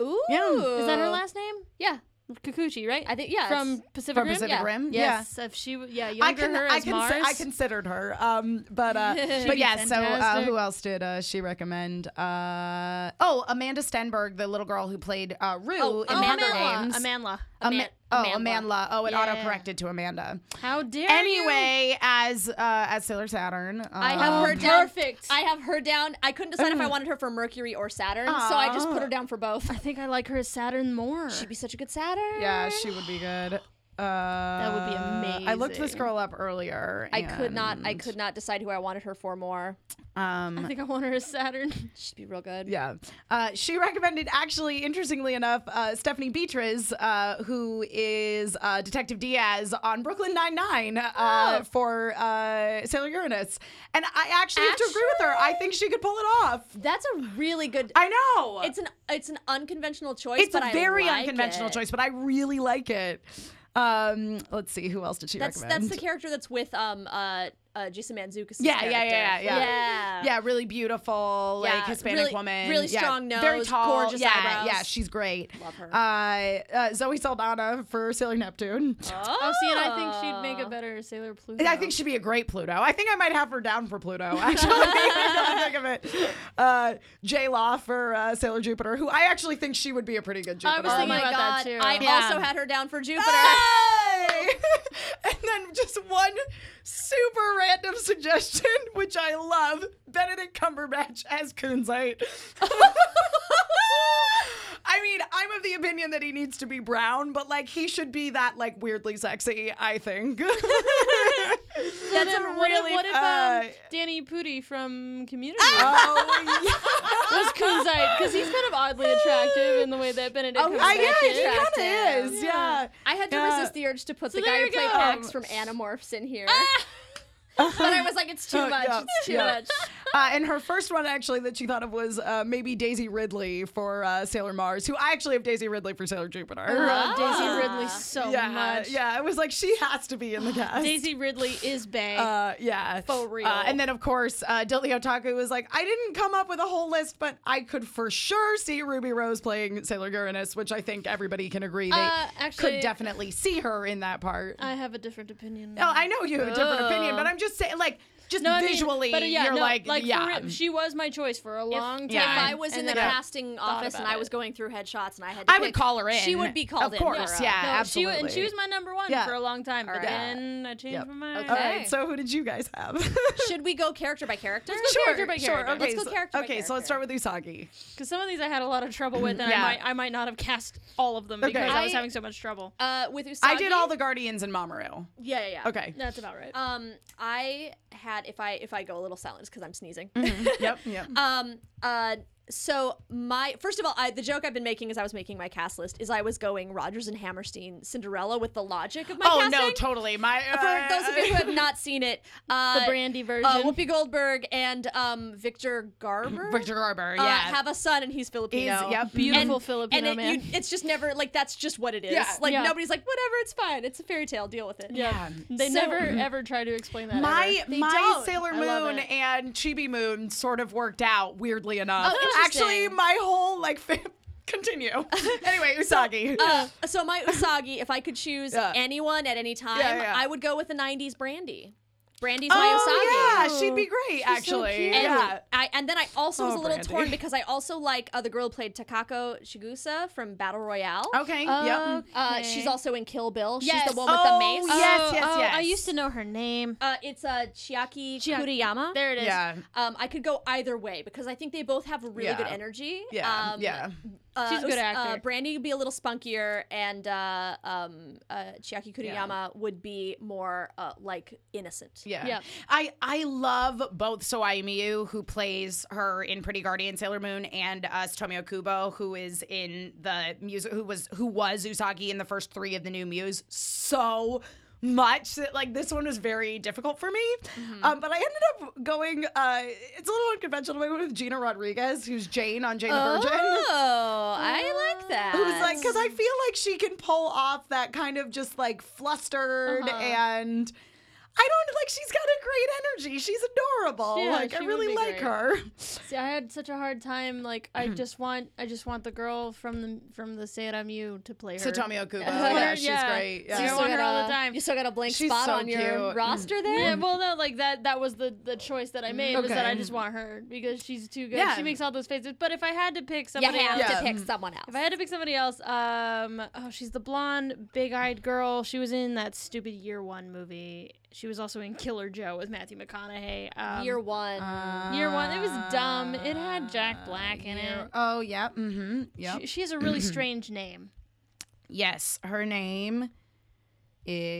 S4: Ooh.
S5: Yeah.
S3: Is that
S5: Oh.
S3: her last name? Yeah, Kikuchi, right?
S4: I think yeah.
S3: from
S4: it's-
S3: Pacific
S5: From
S3: Rim.
S5: Pacific
S4: yeah.
S5: Rim, yeah.
S3: Yes, if she, w- yeah, younger her as
S5: I,
S3: Mars.
S5: consi- I considered her, um, but uh, but
S3: be
S5: yeah. So uh,
S3: fantastic.
S5: who else did uh, she recommend? Uh, oh, Amanda Stenberg, the little girl who played uh, Rue
S4: Oh,
S5: in
S4: Amanda.
S5: Hunger Games.
S3: Amanla.
S5: Ama-
S4: Aman-
S5: Oh,
S4: Amandla.
S5: Amandla. Oh, it
S3: Yeah.
S5: autocorrected to Amanda.
S3: How dare you?
S5: Anyway, as uh, as Sailor Saturn,
S4: I have
S5: um,
S4: her down.
S3: uh, perfect.
S4: I have her down. I couldn't decide
S5: Mm.
S4: if I wanted her for Mercury or Saturn, so I just put her down for both.
S3: I think I like her as Saturn more.
S4: She'd be such a good Saturn.
S5: Yeah, she would be good. Uh, that
S3: would be
S5: I looked this
S3: amazing.
S5: girl up earlier.
S4: I could not. I could not decide who I wanted her for more.
S5: and,
S3: I
S5: Um,
S3: think I want her as Saturn.
S4: She'd be real good.
S5: yeah, uh, she recommended. Actually, interestingly enough, uh, Stephanie Beatriz, uh, who is uh, Detective Diaz on Brooklyn Nine Nine, uh, for uh, Sailor Uranus, and I actually have to agree with her. I think she could pull it off.
S4: That's a really good.
S5: I know
S4: it's an it's an unconventional choice.
S5: It's
S4: but
S5: a
S4: I
S5: very
S4: like
S5: unconventional
S4: it.
S5: choice, but I really like it. Um, let's see, who else did she
S4: That's
S5: recommend?
S4: that's the character that's with um uh, uh Jason Manzukis.
S5: Yeah, yeah, yeah, yeah, yeah.
S4: yeah.
S5: yeah, really beautiful,
S4: Yeah,
S5: like Hispanic
S4: really-
S5: woman,
S4: really
S5: Yeah,
S4: strong
S5: very
S4: nose,
S5: tall,
S4: gorgeous
S5: yeah,
S4: eyebrows.
S5: yeah, she's great.
S4: Love her.
S5: Uh, uh, Zoe Saldana for Sailor Neptune.
S4: Oh,
S3: Oh, see, and I think she'd make
S4: Ah.
S3: a better Sailor Pluto.
S5: And I think she'd be a great Pluto. I think I might have her down for Pluto, actually. I think of it. Uh, J Law for uh, Sailor Jupiter, who I actually think she would be a pretty good Jupiter.
S3: I
S5: Oh
S3: was thinking
S4: Oh my
S3: about
S4: god!
S3: that too.
S4: I
S5: Yeah. Ah!
S4: also had her down for Jupiter.
S5: Hey! and then just one super random suggestion, which I love Benedict Cumberbatch as Kunzite. I mean, I'm of the opinion that he needs to be brown, but like he should be that like weirdly sexy, I think.
S4: That's a
S3: What if- what if,
S4: really
S3: what if
S5: uh,
S3: um, Danny Pudi from Community
S5: oh, yeah.
S3: was Kunzite? Because he's kind of oddly attractive in the way that Benedict
S4: Oh,
S3: Cumberbatch
S5: I, yeah,
S3: is.
S5: he
S4: Attractive.
S5: kind of is. Yeah.
S4: I had to
S5: Yeah.
S4: resist the urge to put the
S3: there
S4: guy who
S3: you
S4: played
S3: go.
S4: Axe from Animorphs in here. but I was like, it's too
S5: Uh,
S4: much.
S5: Ah! yeah,
S4: It's too
S5: yeah.
S4: much.
S5: Uh, and her first one, actually, that she thought of was uh, maybe Daisy Ridley for uh, Sailor Mars, who I actually have Daisy Ridley for Sailor Jupiter. Uh,
S3: I
S4: Ah.
S3: love uh, Daisy Ridley Oh, so
S5: yeah,
S3: much.
S5: Yeah, it was like she has to be in the cast.
S3: Daisy Ridley is bae.
S5: Uh, yeah.
S3: For real.
S5: Uh, and then, of course, uh, Delio Taku was like, I didn't come up with a whole list, but I could for sure see Ruby Rose playing Sailor Uranus, which I think everybody can agree they
S3: Uh, actually-
S5: could definitely see her in that part.
S3: I have a different opinion.
S5: no, I know you have a different opinion, but I'm just saying, like, just
S3: No, I mean,
S5: visually,
S3: but yeah,
S5: you're
S3: no,
S5: like,
S3: like for
S5: yeah.
S3: real, she was my choice for a long time.
S5: Yeah.
S4: If I was
S3: and
S4: in the
S3: then I-
S4: casting office and
S3: about
S4: I was
S3: it.
S4: going through headshots and I had to
S5: I would
S4: pick,
S5: call her in.
S4: She would be called
S5: Of
S4: in.
S5: course,
S4: Laura.
S5: yeah,
S3: No, she wa-
S5: absolutely.
S3: and she was my number one
S5: Yeah.
S3: for a long time, but
S4: Alright.
S3: then I changed
S5: Yep.
S3: my mind.
S5: All
S4: Okay.
S5: right, so who did you guys have?
S4: Should we go character by character?
S5: sure,
S3: character by
S5: sure.
S3: character.
S5: Okay,
S4: Let's go
S5: so,
S4: character by
S5: Okay, so let's start with Usagi.
S3: Because some of these I had a lot of trouble with, and
S5: Yeah.
S3: I might I might not have cast all of them
S5: Okay.
S3: because I, was
S4: I-
S3: having so much trouble.
S4: Uh, with Usagi.
S5: I did all the Guardians and Mamoru.
S4: Yeah, yeah, yeah.
S5: Okay.
S3: That's about right.
S4: Um, I had if I if I go a little silent because I'm sneezing.
S5: yep, yep.
S4: Um. Uh. So my first of all, I, the joke I've been making as I was making my cast list is I was going Rogers and Hammerstein Cinderella with the logic of my
S5: oh
S4: casting.
S5: no, totally. My
S4: Uh, For those of you who have not seen it, uh,
S3: the brandy version.
S4: uh, Whoopi Goldberg and um, Victor Garber
S5: Victor Garber,
S4: uh,
S5: yeah,
S4: have a son, and he's Filipino.
S5: He's- yep.
S3: Beautiful
S4: And-
S3: Filipino
S4: and it,
S3: man.
S4: You, it's just never like that's just what it is.
S5: Yeah.
S4: Like
S3: Yeah.
S4: nobody's like whatever, it's fine. It's a fairy tale. Deal with it.
S3: yeah. They
S4: So-
S3: never ever try to explain that.
S5: My
S3: ever.
S5: my
S4: don't.
S5: Sailor
S3: I love
S5: Moon
S3: it.
S5: and Chibi Moon sort of worked out weirdly enough.
S4: Oh,
S5: Actually,
S4: interesting.
S5: my whole like fam- continue. anyway, Usagi.
S4: Uh, so my Usagi, if I could choose
S5: Yeah.
S4: anyone at any time,
S5: Yeah, yeah.
S4: I would go with the '90s Brandy. Brandy's my
S5: oh
S4: Usagi.
S5: yeah, she'd be great actually.
S3: cute.
S4: And,
S5: Yeah.
S4: I, and then I also was
S5: Oh,
S4: a little
S5: Brandy.
S4: torn because I also like uh, the girl who played Takako Shigusa from Battle Royale.
S5: Okay. yep.
S4: Uh, she's also in Kill Bill.
S3: Yes.
S4: She's the one with
S5: Oh,
S4: the mace.
S5: yeah. Yes, yes,
S3: oh,
S5: yes.
S6: I used to know her name.
S4: Uh, it's uh, Chiaki
S6: Chia-
S4: Kuriyama.
S6: There it is.
S5: Yeah.
S4: Um, I could go either way because I think they both have really
S5: Yeah.
S4: good energy.
S5: Yeah.
S4: Um,
S5: yeah.
S4: uh,
S3: She's a good
S4: Us- Uh,
S3: actor.
S4: Brandy would be a little spunkier, and uh, um, uh, Chiaki Kuriyama would be more uh, like innocent.
S5: Yeah.
S3: Yep.
S5: I I love both Soai Miyu, who plays her in Pretty Guardian Sailor Moon, and uh, Tomio Kubo, who is in the music, who was who was Usagi in the first three of the new Muse. So much that like this one was very difficult for me um, but i ended up going uh, it's a little unconventional but I went with gina rodriguez who's jane on jane the virgin
S4: Oh, I like that.
S5: who's like because i
S3: Um,
S5: feel like she
S3: Uh-huh.
S5: can pull off that kind of just like flustered and i don't like like she's got a great energy. She's adorable.
S3: Yeah,
S5: like I
S3: she would
S5: really
S3: be
S5: like
S3: great.
S5: her.
S3: See, I had such a hard time. Like,
S5: Mm-hmm.
S3: I just want, I just want the girl from the from the Seiram U to play her.
S5: So Tommy Okubo,
S3: Yeah.
S5: yeah, she's
S3: Yeah.
S5: great.
S3: I
S5: Yeah.
S3: want her all the time.
S4: You still got a blank
S5: She's
S4: spot
S5: so
S4: on your
S5: cute.
S4: roster there.
S3: Yeah, well, no, like that. That was the the choice that I made was that I
S5: Okay.
S3: just want her because she's too good.
S5: Yeah.
S3: She makes all those faces. But if I had to pick
S4: You
S3: somebody
S4: have
S3: else,
S5: Yeah.
S4: to pick someone else.
S3: if I had to pick somebody else, um, oh, she's the blonde, big-eyed girl. She was in that stupid Year One movie. She was also in Killer Joe with Matthew McConaughey. Um,
S4: Year one.
S5: uh,
S3: Year one. It was dumb. It had Jack Black in
S5: Year-
S3: it.
S5: Oh yeah. Mm-hmm. Yep.
S3: She, she has a really strange name.
S5: yes. Her name is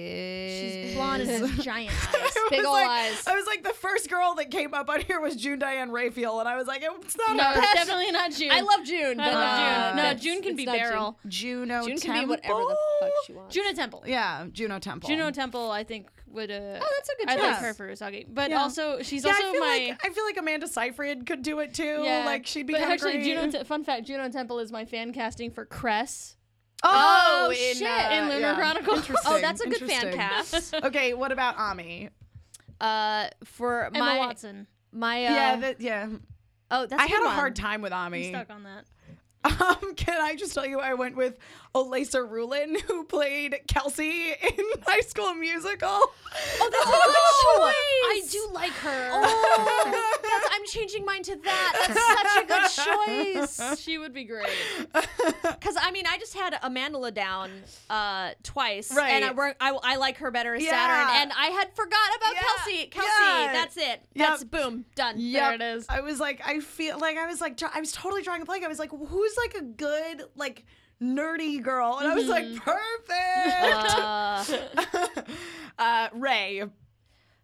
S3: She's blonde and has giant eyes.
S5: I
S4: Big
S5: was
S4: ol'
S5: like,
S4: eyes.
S5: I was like, the first girl that came up on here was June Diane Raphael, and I was like, it's not
S3: No,
S5: her.
S3: it's definitely not June.
S4: I love June, but
S3: I love
S4: uh,
S3: June. No,
S4: it's-
S3: June can
S4: it's
S3: be
S4: not June.
S3: Barrel.
S5: Juno
S4: June
S5: Temple.
S4: can be whatever the fuck she wants.
S3: Juna Temple.
S5: Yeah, Juno Temple.
S3: Juno Temple, I think would. Uh, oh,
S4: that's a good
S3: I like
S5: choice.
S3: her for Usagi, but
S5: Yeah.
S3: also she's
S5: Yeah,
S3: also
S5: I feel
S3: my.
S5: like I feel like Amanda Seyfried could do it too.
S3: yeah,
S5: like she'd be
S3: But
S5: kinda
S3: actually,
S5: great.
S3: Juno. Te- fun fact: Juno Temple is my fan casting for Cress
S5: Oh,
S4: Oh,
S5: in,
S4: shit.
S5: uh,
S3: in Lunar
S5: yeah.
S3: Chronicles.
S4: Oh, that's a good fan
S5: Interesting.
S4: cast.
S5: Okay, what about Ami?
S4: Uh, for
S3: Emma
S4: my
S3: Watson.
S4: my uh,
S5: yeah, that, yeah.
S4: oh, that's
S5: I had
S4: good
S5: a
S4: one.
S5: hard time with
S3: I'm
S5: Ami.
S3: stuck on that.
S5: Um, can I just tell you, I went with Olesa Rulin, who played Kelsey in High School Musical.
S4: Oh, that's
S3: I
S4: a good choice.
S3: do like her.
S4: Oh, that's, I'm changing mine to that. That's such a good choice.
S3: She would be great.
S4: Because I mean, I just had Amandla down uh, twice,
S5: Right.
S4: And I, we're- I, I like her better as
S5: Yeah.
S4: Saturn, and I had forgot about
S5: Yeah.
S4: Kelsey. Kelsey,
S5: Yeah.
S4: that's it.
S5: Yep.
S4: That's boom, done.
S5: Yeah,
S3: it is.
S5: I was like, I feel like I was like, dr- I was totally drawing a blank. I was like, who's like a good like nerdy girl? And I was
S3: Mm-hmm.
S5: like, perfect.
S4: Uh,
S5: uh, Ray.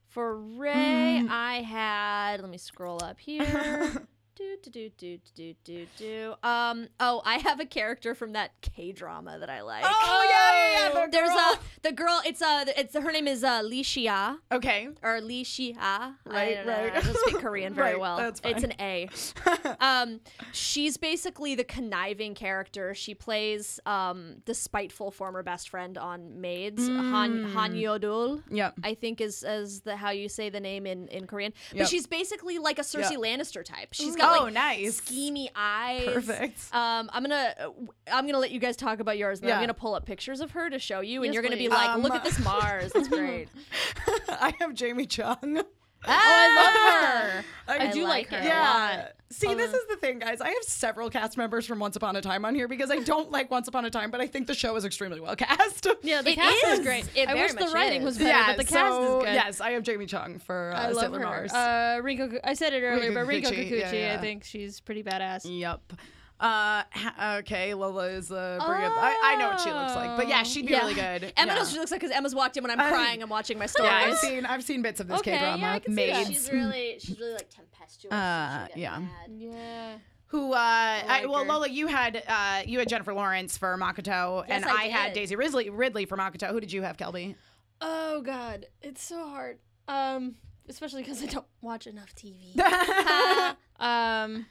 S4: for Ray,
S5: Mm.
S4: I had. Let me scroll up here. do do do do do do do. Um. Oh, I have a character from that K drama that I like.
S5: Oh yeah, yeah, yeah. the
S4: There's
S5: girl.
S4: a the girl. It's uh It's her name is uh, Lixia.
S5: okay.
S4: or Lee Shi-ha.
S5: Right,
S4: I don't, know.
S5: right.
S4: I don't speak Korean very
S5: Right,
S4: well.
S5: that's
S4: It's
S5: fine.
S4: an A. um, she's basically the conniving character. She plays um, the spiteful former best friend on Maids, Han Han Yodul.
S5: Hmm. Yep.
S4: I think is is the how you say the name in in Korean.
S5: Yep.
S4: But she's basically like a Cersei
S5: Yep.
S4: Lannister type. She's got
S5: Oh,
S4: like
S5: nice.
S4: schemy eyes.
S5: Perfect.
S4: Um, I'm gonna uh, I'm gonna let you guys talk about yours. And then
S5: Yeah.
S4: I'm gonna pull up pictures of her to show you, and
S3: Yes,
S4: you're gonna be
S3: please.
S4: like,
S5: Um,
S4: look at this Mars. It's great.
S5: I have Jamie Chung.
S4: Ah!
S3: Love her. I,
S5: I
S3: do like,
S4: like
S3: her.
S4: it.
S3: a lot.
S5: Yeah. See, this is the thing, guys. I have several cast members from Once Upon a Time on here because I don't like Once Upon a Time, but I think the show is extremely well cast.
S3: Yeah, the
S4: It
S3: cast is,
S4: is.
S3: great.
S4: It
S3: I
S4: very
S3: wish the
S4: much
S3: writing
S4: is.
S3: was better, but the cast
S5: so-
S3: is good.
S5: Yes, I have Jamie Chung for uh,
S3: I love
S5: Sailor
S3: her.
S5: Mars.
S3: Uh, Rinko, I said it earlier,
S5: Rinko
S3: but Rinko
S5: Kikuchi,
S3: Kikuchi,
S5: yeah, yeah.
S3: I think she's pretty badass.
S5: Yep. Uh, ha- okay, Lola is uh, bring up. I, I know what she looks like, but yeah,
S3: Oh.
S5: she'd be really good.
S4: Emma
S5: yeah.
S4: knows what she looks like because Emma's walked in when I'm
S5: I-
S4: crying. I'm watching my stories.
S5: Yeah, I've seen I've seen bits of this
S3: Okay,
S5: K
S3: yeah,
S5: drama.
S3: I can see that.
S5: Maids.
S4: really, she's really like tempestuous.
S5: Uh, get yeah.
S3: Yeah.
S5: Who? Uh, I,
S3: like
S5: well,
S3: her.
S5: Lola, you had uh, you had Jennifer Lawrence for Makoto, and
S4: I
S5: had
S4: did.
S5: Daisy Ridley Ridley for Makoto. Who did you have, Kelby?
S3: Oh God, it's so hard. Um, especially because I don't watch enough TV.
S5: yeah.
S3: um,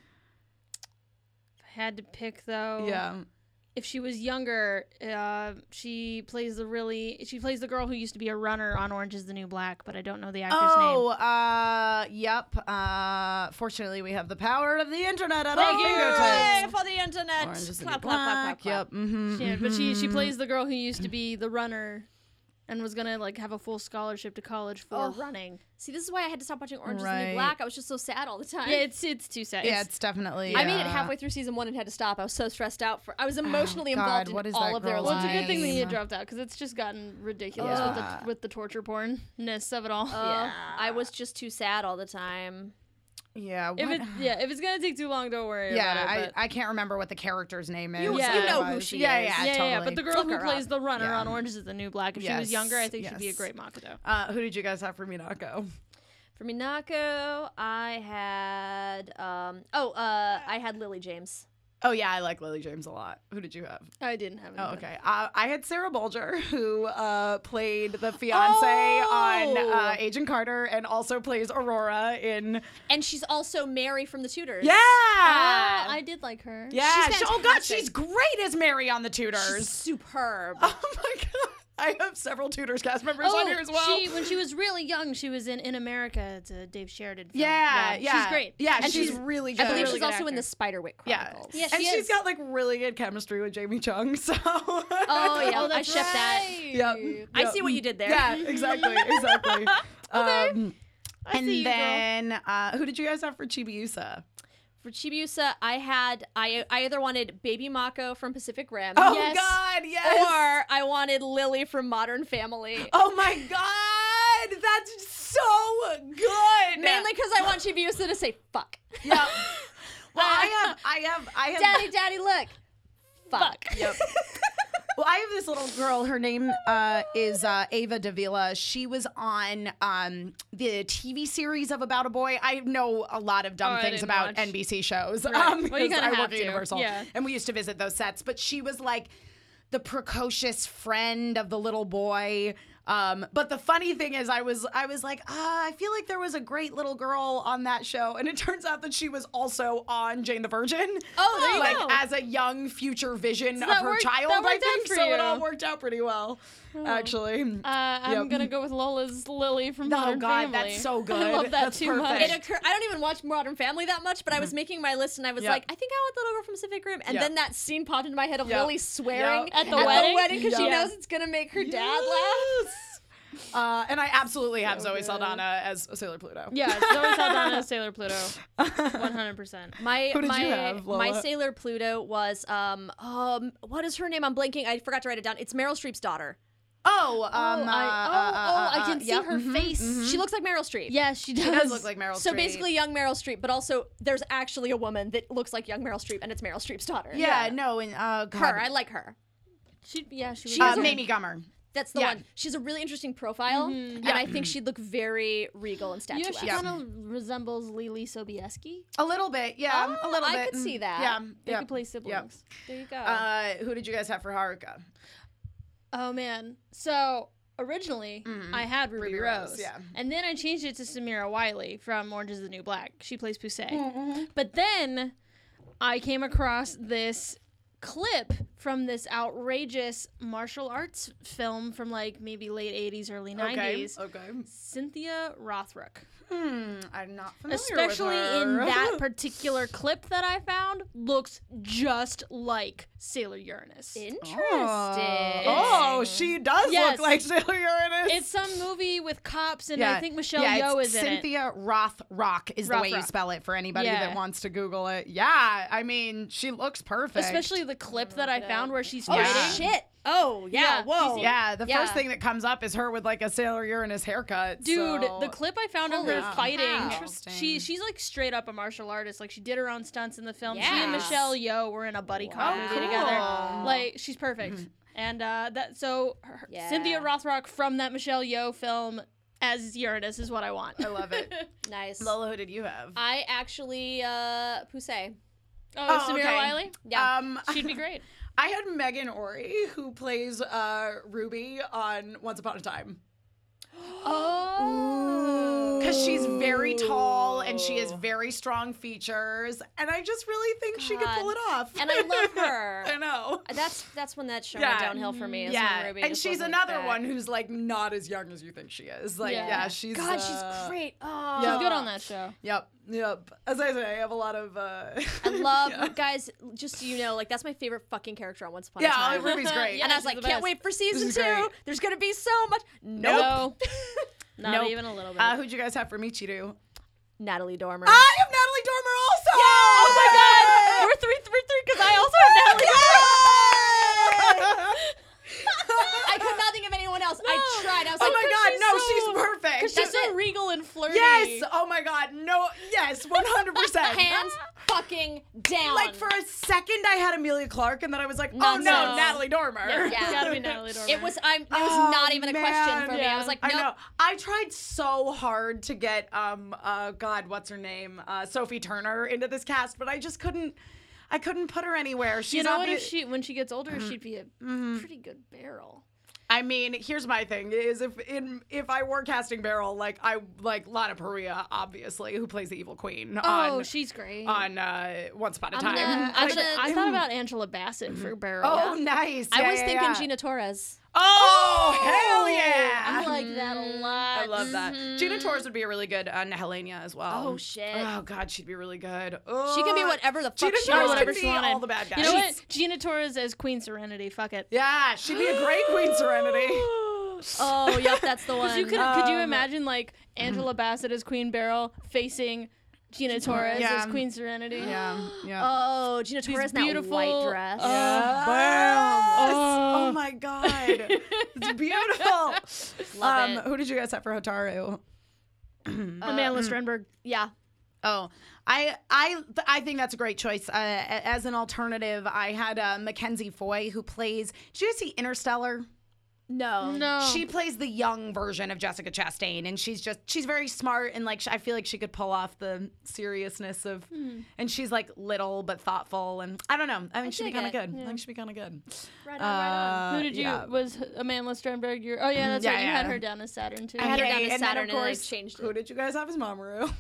S3: if I had to pick though. If she was younger, uh, she plays the really she plays the girl who used to be a runner on Orange Is the New Black, but I don't know the actor's
S5: Oh, uh, yep. Uh, fortunately, we have the power of the internet at our
S3: Thank you.
S5: fingertips.
S4: for the internet.
S5: Orange is the
S4: clap, clap, clap,
S5: new
S4: clap,
S5: black.
S4: clap.
S5: Yep. Mm-hmm.
S3: name. Yeah, but she she plays the girl who used to be the runner, and was gonna like have a full scholarship to college for
S4: Oh.
S3: running.
S4: See, this is why I had to stop watching Orange is the
S5: Right.
S4: New Black. I was just so sad all the time.
S3: Yeah, it's it's too sad.
S5: Yeah,
S3: It's-
S5: it's definitely.
S4: I made it
S5: uh,
S4: halfway through season one and had to stop. I was so stressed out for. I was emotionally involved
S5: Oh, God, what
S4: in
S5: is
S4: all
S5: that
S4: of their
S5: girl's
S3: Well,
S4: lives.
S3: it's a good thing that you
S5: Lame.
S3: dropped out because it's just gotten ridiculous with
S5: Yeah.
S3: the with the torture pornness of it all.
S4: Uh, I was just too sad all the time.
S5: Yeah.
S3: if
S5: what-
S3: it yeah, if it's gonna take too long, don't worry
S5: yeah,
S3: about it.
S5: I,
S3: but-
S5: I can't remember what the character's name is.
S4: You-
S3: Yeah. you
S4: know who she
S5: yeah,
S4: is.
S5: Yeah,
S3: yeah,
S5: totally.
S3: yeah, but the girl
S4: Look
S3: who
S4: her
S3: plays
S4: up.
S3: the runner
S5: Yeah.
S3: on Orange is the New Black. If she was
S5: Yes,
S3: younger, I think she'd be a
S5: yes.
S3: great Makoto.
S5: uh, who did you guys have for Minako?
S4: For Minako, I had um oh uh I had Lily James.
S5: Oh yeah, I like Lily James a lot. Who did you have?
S3: I didn't have.
S5: Oh okay, uh, I had Sarah Bulger, who uh, played the fiance on
S4: Oh!
S5: uh, Agent Carter, and also plays Aurora in.
S4: And she's also Mary from The Tutors.
S5: Yeah, Ah,
S3: Ah, I did like her.
S5: yeah.
S4: she's
S5: she- oh god,
S4: fantastic.
S5: she's great as Mary on The Tutors.
S4: She's superb.
S5: Oh my god. I I have several Tudors cast members
S3: Oh,
S5: on here as well.
S3: She when she was really young, she was in In America. It's a Dave Sheridan. Film.
S5: yeah, yeah,
S3: she's great.
S5: Yeah,
S4: And
S5: she's,
S4: she's-
S5: really
S4: I
S5: good.
S4: believe
S3: Really
S4: she's
S3: good
S4: also in the
S3: actor.
S4: Spider-Wick
S5: yeah,
S4: Chronicles.
S3: Yeah,
S5: and
S3: she
S5: she has
S3: is.
S5: got like really good chemistry with Jamie Chung. So,
S4: Oh yeah,
S3: Oh,
S4: I
S3: that's
S4: shipped that.
S5: yeah,
S4: I see what you did there.
S5: Yeah, exactly, exactly. um,
S3: I
S5: and
S3: see you, girl.
S5: then uh, who did you guys have for Chibiusa?
S4: For Chibiusa, I had I I either wanted Baby Mako from Pacific Rim,
S5: Oh
S4: yes,
S5: God, yes.
S4: or I wanted Lily from Modern Family.
S5: oh my God, that's so good.
S4: Mainly because I want Chibiusa to say "fuck,
S5: yeah. Well, I have, I have, I have.
S4: daddy, daddy, look, fuck."
S5: Yep. well, I have this little girl. Her name uh, is uh, Ava Davila. She was on um, the TV series of About a Boy. I know a lot of dumb
S3: Oh, I
S5: things
S3: didn't
S5: about
S3: watch.
S5: NBC shows. Um,
S3: Right. Well, you
S5: because
S3: kinda
S5: I
S3: have
S5: work at
S3: to.
S5: Universal,
S3: Yeah.
S5: and we used to visit those sets. But she was like the precocious friend of the little boy. Um, but the funny thing is, I was I was like, ah, I feel like there was a great little girl on that show, and it turns out that she was also on Jane the Virgin.
S4: Oh, there you
S5: like
S4: go.
S5: as a young future vision of
S3: that
S5: her
S3: worked-
S5: child.
S3: that
S5: I
S3: worked out
S5: think
S3: for
S5: so. It
S3: you.
S5: all worked out pretty well, actually.
S6: Uh, I'm
S5: Yep.
S6: gonna go with Lola's Lily from
S5: oh
S6: Modern
S5: God,
S6: Family.
S5: that's so good.
S6: I love that
S5: That's
S6: too much.
S5: perfect.
S4: It occur- I don't even watch Modern Family that much, but I was making my list and I was
S5: Yep.
S4: like, I think I want the little girl from Pacific Rim. And
S5: Yep.
S4: then that scene popped into my head of
S5: Yep.
S4: Lily swearing
S5: Yep.
S6: At the wedding?
S4: because she
S5: Yeah.
S4: knows it's gonna make her dad laugh.
S5: Yes. Uh, and I absolutely have Zoe Saldana as Sailor Pluto.
S3: Yeah, Zoe Saldana, Sailor Pluto, one hundred percent.
S4: My
S5: Who did
S4: my
S5: you have, Lola?
S4: my sailor Pluto was um um what is her name? I'm blanking. I forgot to write it down. It's Meryl Streep's daughter.
S5: Oh, um,
S6: oh,
S5: uh,
S6: I, oh, oh, I can see her
S5: Mm-hmm,
S6: face.
S4: She looks like Meryl Streep.
S6: Yes, she does.
S5: She does look like Meryl
S4: So
S5: Streep.
S4: basically, young Meryl Streep, but also there's actually a woman that looks like young Meryl Streep, and it's Meryl Streep's daughter.
S5: yeah, no, and uh, God.
S4: her. I like her.
S3: She yeah, she was.
S4: She
S5: uh,
S4: is a-
S5: Mamie Gummer.
S4: That's the
S5: Yeah.
S4: one. She's a really interesting profile, and I think she'd look very regal and
S6: you know,
S4: statuesque.
S6: she kind of resembles Lily Sobieski.
S5: A little bit, yeah,
S4: Oh,
S5: a little bit.
S4: I could
S5: mm,
S4: see that.
S5: Yeah,
S6: They
S5: yeah.
S6: could play siblings.
S4: There you go.
S5: Uh, who did you guys have for Haruka?
S3: Oh man. So originally I had Ruby,
S5: Ruby Rose,
S3: Rose,
S5: yeah.
S3: and then I changed it to Samira Wiley from Orange Is the New Black. She plays Poussey. But then I came across this clip from this outrageous martial arts film from like maybe late 80s, early 90s.
S5: Okay, okay.
S3: Cynthia Rothrock.
S5: Hmm, I'm not familiar
S3: Especially
S5: with her.
S3: in that particular clip that I found, looks just like Sailor Uranus.
S4: Interesting.
S5: Oh, she does
S3: Yes.
S5: look like Sailor Uranus.
S3: It's some movie with cops, and I think Michelle
S5: yeah,
S3: Yeoh is
S5: it's
S3: in it.
S5: Cynthia Rothrock is the way you
S3: Rothrock.
S5: spell it for anybody
S3: Yeah.
S5: that wants to Google it. Yeah, I mean, she looks perfect.
S3: Especially the clip that I found where she's
S4: Oh
S3: fighting.
S5: Yeah.
S4: shit. Oh yeah.
S3: Yeah.
S4: Whoa.
S5: yeah, the
S4: Yeah.
S5: first thing that comes up is her with like a Sailor Uranus haircut.
S3: Dude,
S5: so-
S3: the clip I found of
S4: Holy
S3: her
S4: cow.
S3: fighting,
S5: Interesting.
S3: she she's like straight up a martial artist. Like she did her own stunts in the film. She and
S4: Yeah.
S3: Michelle Yeoh were in a buddy cop
S5: Oh,
S3: movie
S5: cool.
S3: together. Like she's perfect. And uh, that so her,
S4: Mm-hmm. Yeah.
S3: Cynthia Rothrock from that Michelle Yeoh film as Uranus is what I want.
S5: I love it.
S4: Nice.
S5: Lola, who did you have?
S4: I actually uh Poussey.
S3: Oh, Samira
S5: okay.
S3: Wiley,
S4: Yeah.
S5: Um,
S3: she'd be great.
S5: I had Megan Ori, who plays uh, Ruby on Once Upon a Time.
S4: oh.
S5: because she's very tall and she has very strong features, and I just really think she could
S4: God.
S5: pull it off.
S4: And I love her.
S5: I know.
S4: That's that's when that show
S5: Yeah.
S4: went downhill for me. is when
S5: yeah,
S4: Ruby
S5: and
S4: just
S5: she's
S4: wasn't
S5: another
S4: back.
S5: one who's like not as young as you think she is. Like, yeah,
S3: Yeah.
S5: she's
S4: God,
S5: uh,
S4: she's great. Oh.
S5: yeah.
S3: She's good on that show.
S5: Yep, yep. As I say, I have a lot of. Uh,
S4: I love
S5: yeah,
S4: guys. Just so you know, like that's my favorite fucking character on Once Upon
S5: yeah
S4: a Time.
S5: Ruby's great.
S3: Yeah.
S4: and I was
S3: she's
S4: like,
S3: the
S4: can't
S3: best.
S4: wait for season
S5: is
S4: two.
S5: great.
S4: There's gonna be so much. Nope.
S3: No, not
S5: Nope.
S3: even a little bit.
S5: Uh, who'd you guys have for Michiru?
S4: Natalie Dormer.
S5: I have Natalie Dormer also.
S4: Oh my God!
S5: Yay!
S4: We're three, three, three. Because I also have Natalie. I could not think of anyone else. I tried. I was
S5: oh
S4: like, "'Cause
S5: my God!
S4: she's
S5: no,
S4: so-
S5: she's perfect.
S4: That's
S3: so
S4: it.
S3: regal and flirty.
S5: Yes. Oh my God. No. Yes. One hundred percent.
S4: hands fucking down.
S5: Like for a second, I had Amelia Clark, and then I was like, oh
S4: Nonsense.
S5: no, Natalie Dormer.
S3: Yeah,
S4: Yeah.
S3: It's gotta be Natalie Dormer.
S4: it was. I'm. It was
S5: Oh,
S4: not even a question
S5: man.
S4: for me. I was like,
S5: I
S4: nope.
S5: know. I tried so hard to get um uh God, what's her name? Uh Sophie Turner into this cast, but I just couldn't I couldn't put her anywhere. She's
S3: you know what?
S5: obvi-
S3: If she when she gets older,
S4: Mm-hmm.
S3: she'd be a pretty good barrel.
S5: I mean, here's my thing is if in if I were casting Beryl, like I like Lana Perea, obviously, who plays the evil queen
S3: Oh,
S5: on
S3: she's great.
S5: on uh Once Upon a Time.
S4: gonna-
S3: I, Mm-hmm.
S4: I'm
S5: Like,
S3: should-
S4: gonna-
S3: I thought about Angela Bassett for barrel.
S5: Oh, nice.
S4: I
S5: Yeah,
S4: was
S5: yeah,
S4: thinking
S5: yeah.
S4: Gina Torres.
S5: Oh,
S1: love that. Gina Torres would be a really good uh, Helenia as well.
S4: Mm-hmm. Oh, shit.
S1: Oh god, she'd be really good.
S4: She can be
S1: Ugh.
S4: whatever the fuck
S1: Gina
S4: she
S1: Torres
S4: wants.
S1: could
S3: whatever
S1: be
S3: she wanted.
S1: all the bad guys.
S3: You know what? Gina Torres as Queen Serenity. Fuck it.
S1: Yeah, she'd be a great Queen Serenity.
S4: Oh, yep, that's the one.
S3: You could, could you imagine like Angela Bassett as Queen Beryl facing Gina Torres
S5: Yeah.
S3: as Queen Serenity?
S1: Yeah, yeah.
S4: oh, Gina Torres in that white
S3: beautiful,
S4: dress.
S3: uh,
S1: Yes! Oh
S3: Oh.
S1: my god. It's beautiful.
S4: Love
S1: um
S4: it.
S1: who did you guys have for Hotaru?
S3: Amanda Strindberg.
S4: yeah.
S5: Oh, I I I think that's a great choice. Uh, a- as an alternative, I had uh, Mackenzie Foy who plays. Did you guys see Interstellar?
S4: No.
S1: Oh.
S3: No.
S5: She plays the young version of Jessica Chastain, and she's just she's very smart and like sh- I feel like she could pull off the seriousness of,
S1: Hmm.
S5: and she's like little but thoughtful and I don't know. I think she'd be
S4: dig
S5: kind of
S4: it.
S5: good. I think she'd be kind of good.
S4: Right on, right
S1: Uh,
S3: Who did you?
S1: yeah.
S3: Was Amanda Strindberg your? Oh yeah, that's
S5: Yeah,
S3: right. You had
S5: yeah.
S3: her down as Saturn too.
S4: I had her
S1: Okay,
S4: down as
S1: and then,
S4: Saturn
S1: of
S4: and then I
S1: course,
S4: changed
S1: Who
S4: it.
S1: did you guys have as Mamoru?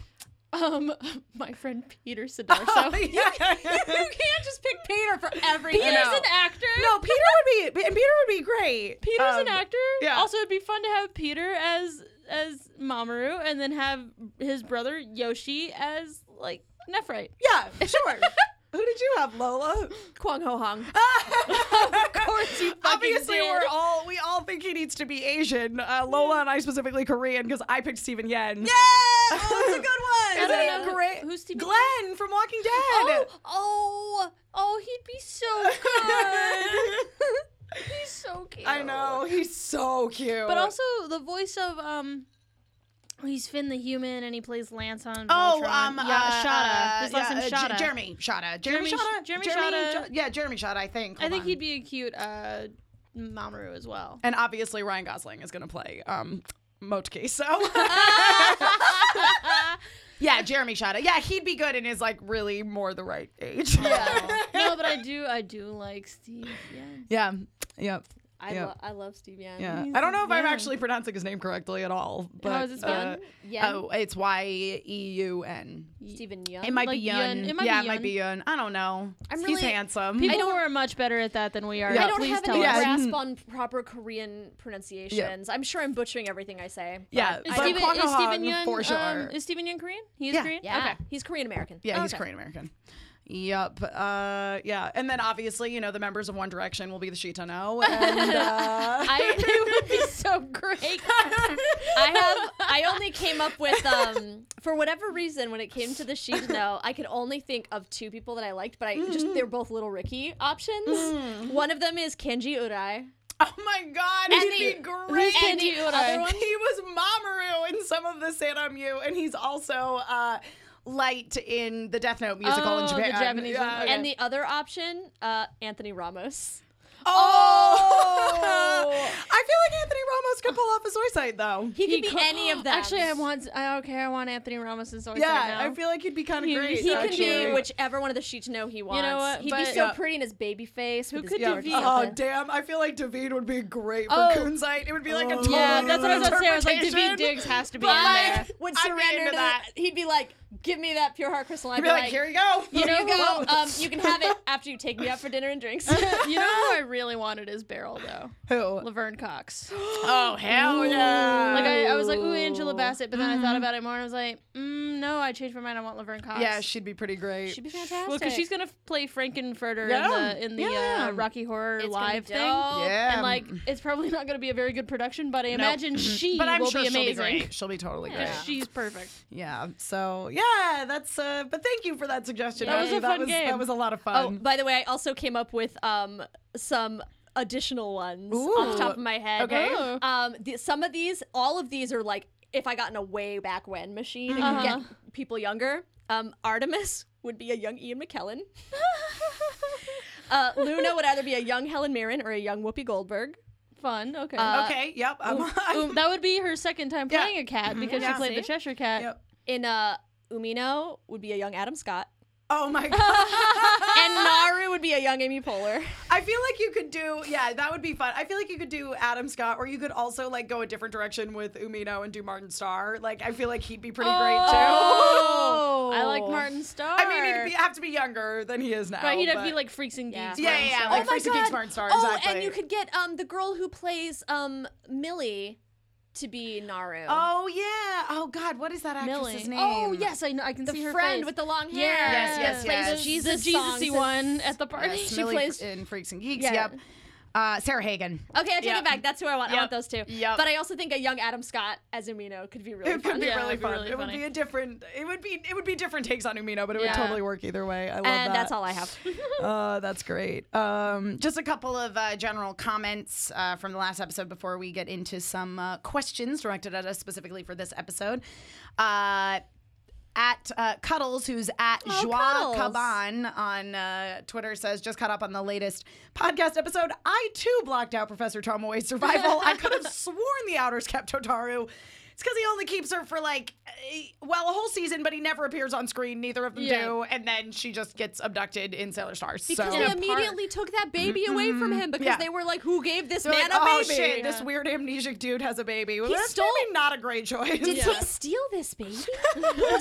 S3: um, my friend Peter
S5: Oh,
S3: Sidarso.
S1: yeah.
S4: can't just pick Peter for everything.
S3: Peter's an actor.
S5: Oh,
S1: No, Peter would be and Peter would be great.
S3: Peter's an
S1: Um,
S3: actor.
S1: yeah.
S3: Also, it'd be fun to have Peter as as Mamoru, and then have his brother Yoshi as like Nephrite.
S1: Yeah, sure. Who did you have, Lola?
S4: Kwang Ho Hong.
S1: of course you Obviously,
S3: did.
S1: we're all we all think he needs to be Asian. Uh, Lola and I specifically Korean because I picked Stephen Yen. Yeah,
S5: oh, that's a good
S1: Isn't
S3: I
S1: he
S3: don't know.
S1: great?
S3: Who's Stephen
S1: Glenn from Walking Dead.
S4: Oh, oh, oh, he'd be so good. He's so cute.
S1: Oh, I know he's so cute.
S3: But also the voice of um, he's Finn the human, and he plays Lance on.
S5: Oh,
S3: Voltron.
S5: um,
S3: yeah,
S5: uh,
S3: Shada.
S5: uh,
S3: His last
S5: yeah,
S3: name's
S5: uh, J-
S3: Shada.
S5: Jeremy Shada.
S3: Jeremy
S5: Jeremy, Shada.
S3: Sh- Jeremy Shada.
S5: Jo- yeah, Jeremy Shada. I think.
S3: I
S5: Hold
S3: think
S5: on.
S3: he'd be a cute uh, Mamoru as well.
S1: and obviously Ryan Gosling is gonna play um Motke. So
S5: Yeah, Jeremy Shada. Yeah, he'd be good and is like really more the right age.
S3: Yeah. no, but I do, I do like Steve. Yeah.
S1: yeah, yeah,
S4: I,
S1: Yeah.
S4: lo- I love Steve Young.
S1: yeah. I don't know if I'm
S3: Yeah.
S1: actually pronouncing his name correctly at all. But
S3: How is it spelled?
S4: Yeah.
S5: Oh, it's Y E U N.
S4: Stephen Young.
S5: It might
S3: Like
S5: be Yun.
S3: Yun. It might
S5: yeah,
S3: be
S5: it might be Yun. I don't know.
S4: I'm
S5: He's
S4: really-
S5: handsome.
S3: People who are much better at that than we are.
S1: Yeah.
S4: I don't
S3: Please
S4: have
S3: tell
S4: any
S1: us. Yeah.
S4: grasp on proper Korean pronunciations. I'm sure I'm butchering everything I say. but-
S1: yeah,
S3: Is
S1: but
S3: Steven,
S1: Kwang
S3: is
S1: Ho-hung,
S3: Steven Yun
S1: for sure.
S3: um, is Steven Yun Korean? He is
S5: Yeah.
S3: Korean.
S4: Yeah.
S3: Okay.
S4: He's Korean American.
S1: Yeah, he's
S4: Okay.
S1: Korean American. Yep. Uh, yeah, and then obviously, you know, the members of One Direction will be the Shita No. And, uh,
S4: I, it would be so great. I have. I only came up with um for whatever reason when it came to the sheet. No, I could only think of two people that I liked, but I just they're both Little Ricky options. One of them is Kenji Urai.
S1: oh my God,
S4: And
S1: he'd
S4: the-
S1: be great.
S4: and the other one-
S1: He was Mamoru in some of the Sanamu, and he's also uh, Light in the Death Note musical
S3: Oh,
S1: in
S3: the
S1: Japan.
S3: Japanese one. Okay.
S4: And the other option, uh, Anthony Ramos.
S1: Oh! I feel like Anthony Ramos could pull off his eyesight though.
S4: He could be any of them.
S3: Actually, I want. I, okay, I want Anthony Ramos as Zoe
S1: yeah,
S3: now.
S1: I feel like he'd be kind of
S3: He-
S1: great.
S4: He can
S1: actually.
S4: be whichever one of the sheets know he wants.
S3: know what?
S4: He'd be
S3: But-
S4: so
S1: Yeah.
S4: pretty in his baby face. Who
S3: could
S1: Yeah.
S3: David
S1: Oh
S4: David.
S1: damn! I feel like David would be great for
S3: Oh.
S1: Kunzite. It would be like a total
S3: yeah, that's what I was gonna say. I was like,
S1: interpretation.
S3: David Diggs has to be in there.
S4: But would
S1: Oh, I'd be into
S4: surrender to
S1: that.
S4: that. He'd be like, "Give me that pure heart crystal." I'd
S1: I'd be like, here you go.
S4: You know, go. Um, you can have it after you take me out for dinner and drinks.
S3: you know who I really wanted is Beryl though,
S1: Who?
S3: Laverne Cox.
S1: Oh hell yeah!
S3: Like I, I was like, ooh, Angela Bassett, but then I thought about it more and I was like, mm, no, I changed my mind. I want Laverne Cox.
S1: yeah, she'd be pretty great.
S3: She'd be fantastic. Well, because she's gonna play Frankenfurter
S1: Yeah.
S3: in the in the
S1: Yeah.
S3: uh, Rocky Horror
S4: It's gonna be
S3: Live thing,
S4: dope.
S1: Yeah.
S3: and like it's probably not gonna be a very good production, but I imagine she
S1: Mm-hmm. but I'm
S3: will
S1: sure
S3: be
S1: she'll be
S3: amazing.
S1: great. She'll be totally great.
S3: 'Cause
S1: Yeah.
S3: She's perfect.
S1: So yeah, that's. uh But thank you for that suggestion.
S3: That was
S1: Abby.
S3: a fun game.
S1: That was a lot of
S4: oh,
S1: fun.
S4: by the way, I also came up with um some additional ones off the top of my head.
S1: Okay.
S3: Ooh.
S4: Um, the, some of these, all of these are like if I got in a way back when machine and could get people younger. Um, Artemis would be a young Ian McKellen. uh, Luna would either be a young Helen Mirren or a young Whoopi Goldberg.
S3: Fun. Okay.
S4: Uh,
S1: okay. Yep. I'm, I'm,
S3: Oh, Ooh, that would be her second time
S1: Yeah. Mm-hmm.
S3: playing a cat because
S1: Yeah.
S3: she played the
S4: See?
S3: Cheshire Cat.
S1: Yep.
S4: In uh, Umino would be a young Adam Scott.
S1: oh my god.
S4: and Naru would be a young Amy Poehler.
S1: I feel like you could do, yeah, that would be fun. I feel like you could do Adam Scott, or you could also like go a different direction with Umino and do Martin Starr. Like, I feel like he'd be pretty great too.
S3: Oh, I like Martin Starr.
S1: I mean, he'd be, have to be younger than he is now.
S3: Right, he'd have
S1: but-
S3: to be like freaks and geeks.
S1: yeah, yeah, yeah,
S3: Martin
S1: like
S3: Starr.
S1: Freaks and Geeks, Martin Starr.
S4: Oh,
S1: exactly.
S4: and you could get um the girl who plays um Millie to be Naru.
S1: Oh yeah. Oh God, what is that actress's name?
S6: Oh yes, I know. I can
S4: the
S6: see her
S4: friend
S6: face.
S4: with the long hair.
S6: Yes,
S1: yes, yes.
S6: The,
S4: Jesus
S6: the
S4: songs
S6: Jesus-y
S4: and-
S6: one at the party.
S1: Yes,
S4: she
S1: Millie
S4: plays-
S1: Uh, in Freaks and Geeks.
S4: Yeah.
S1: Yep. Uh, Sarah Hagen.
S4: Okay, I take
S1: Yep.
S4: it back. That's who I want. I want
S1: Yep.
S4: those two.
S1: Yep.
S4: But I also think a young Adam Scott as Umino could be really
S1: It could
S4: fun.
S1: be
S6: Yeah,
S1: really
S6: that'd be
S1: fun.
S6: really
S1: it would
S6: funny.
S1: be a different. It would be. It would be different takes on Umino, but it
S6: Yeah.
S1: would totally work either way. I love that.
S4: And that's all I have.
S1: Uh, that's great. Um,
S5: Just a couple of uh, general comments uh, from the last episode before we get into some uh, questions directed at us specifically for this episode. Uh, at uh, Cuddles, who's at Joa
S4: Oh, Cuddles.
S5: Caban on uh, Twitter, says, just caught up on the latest podcast episode. I too blocked out Professor Tomoe's survival. I could have sworn the Outers kept Totaru. It's because he only keeps her for like, a- well, a whole season, but he never appears on screen. Neither of them
S6: Yeah.
S5: do. And then she just gets abducted in Sailor Stars.
S4: Because
S5: so.
S4: they immediately took that baby away from him because
S5: Yeah.
S4: they were like, who gave this
S1: Mm-hmm. they're
S4: man
S1: like,
S4: a
S1: oh
S4: baby?
S1: shit, this weird amnesiac dude has a baby. Well, that's
S4: stole-
S1: maybe not a great choice.
S4: Did he steal this baby? Who's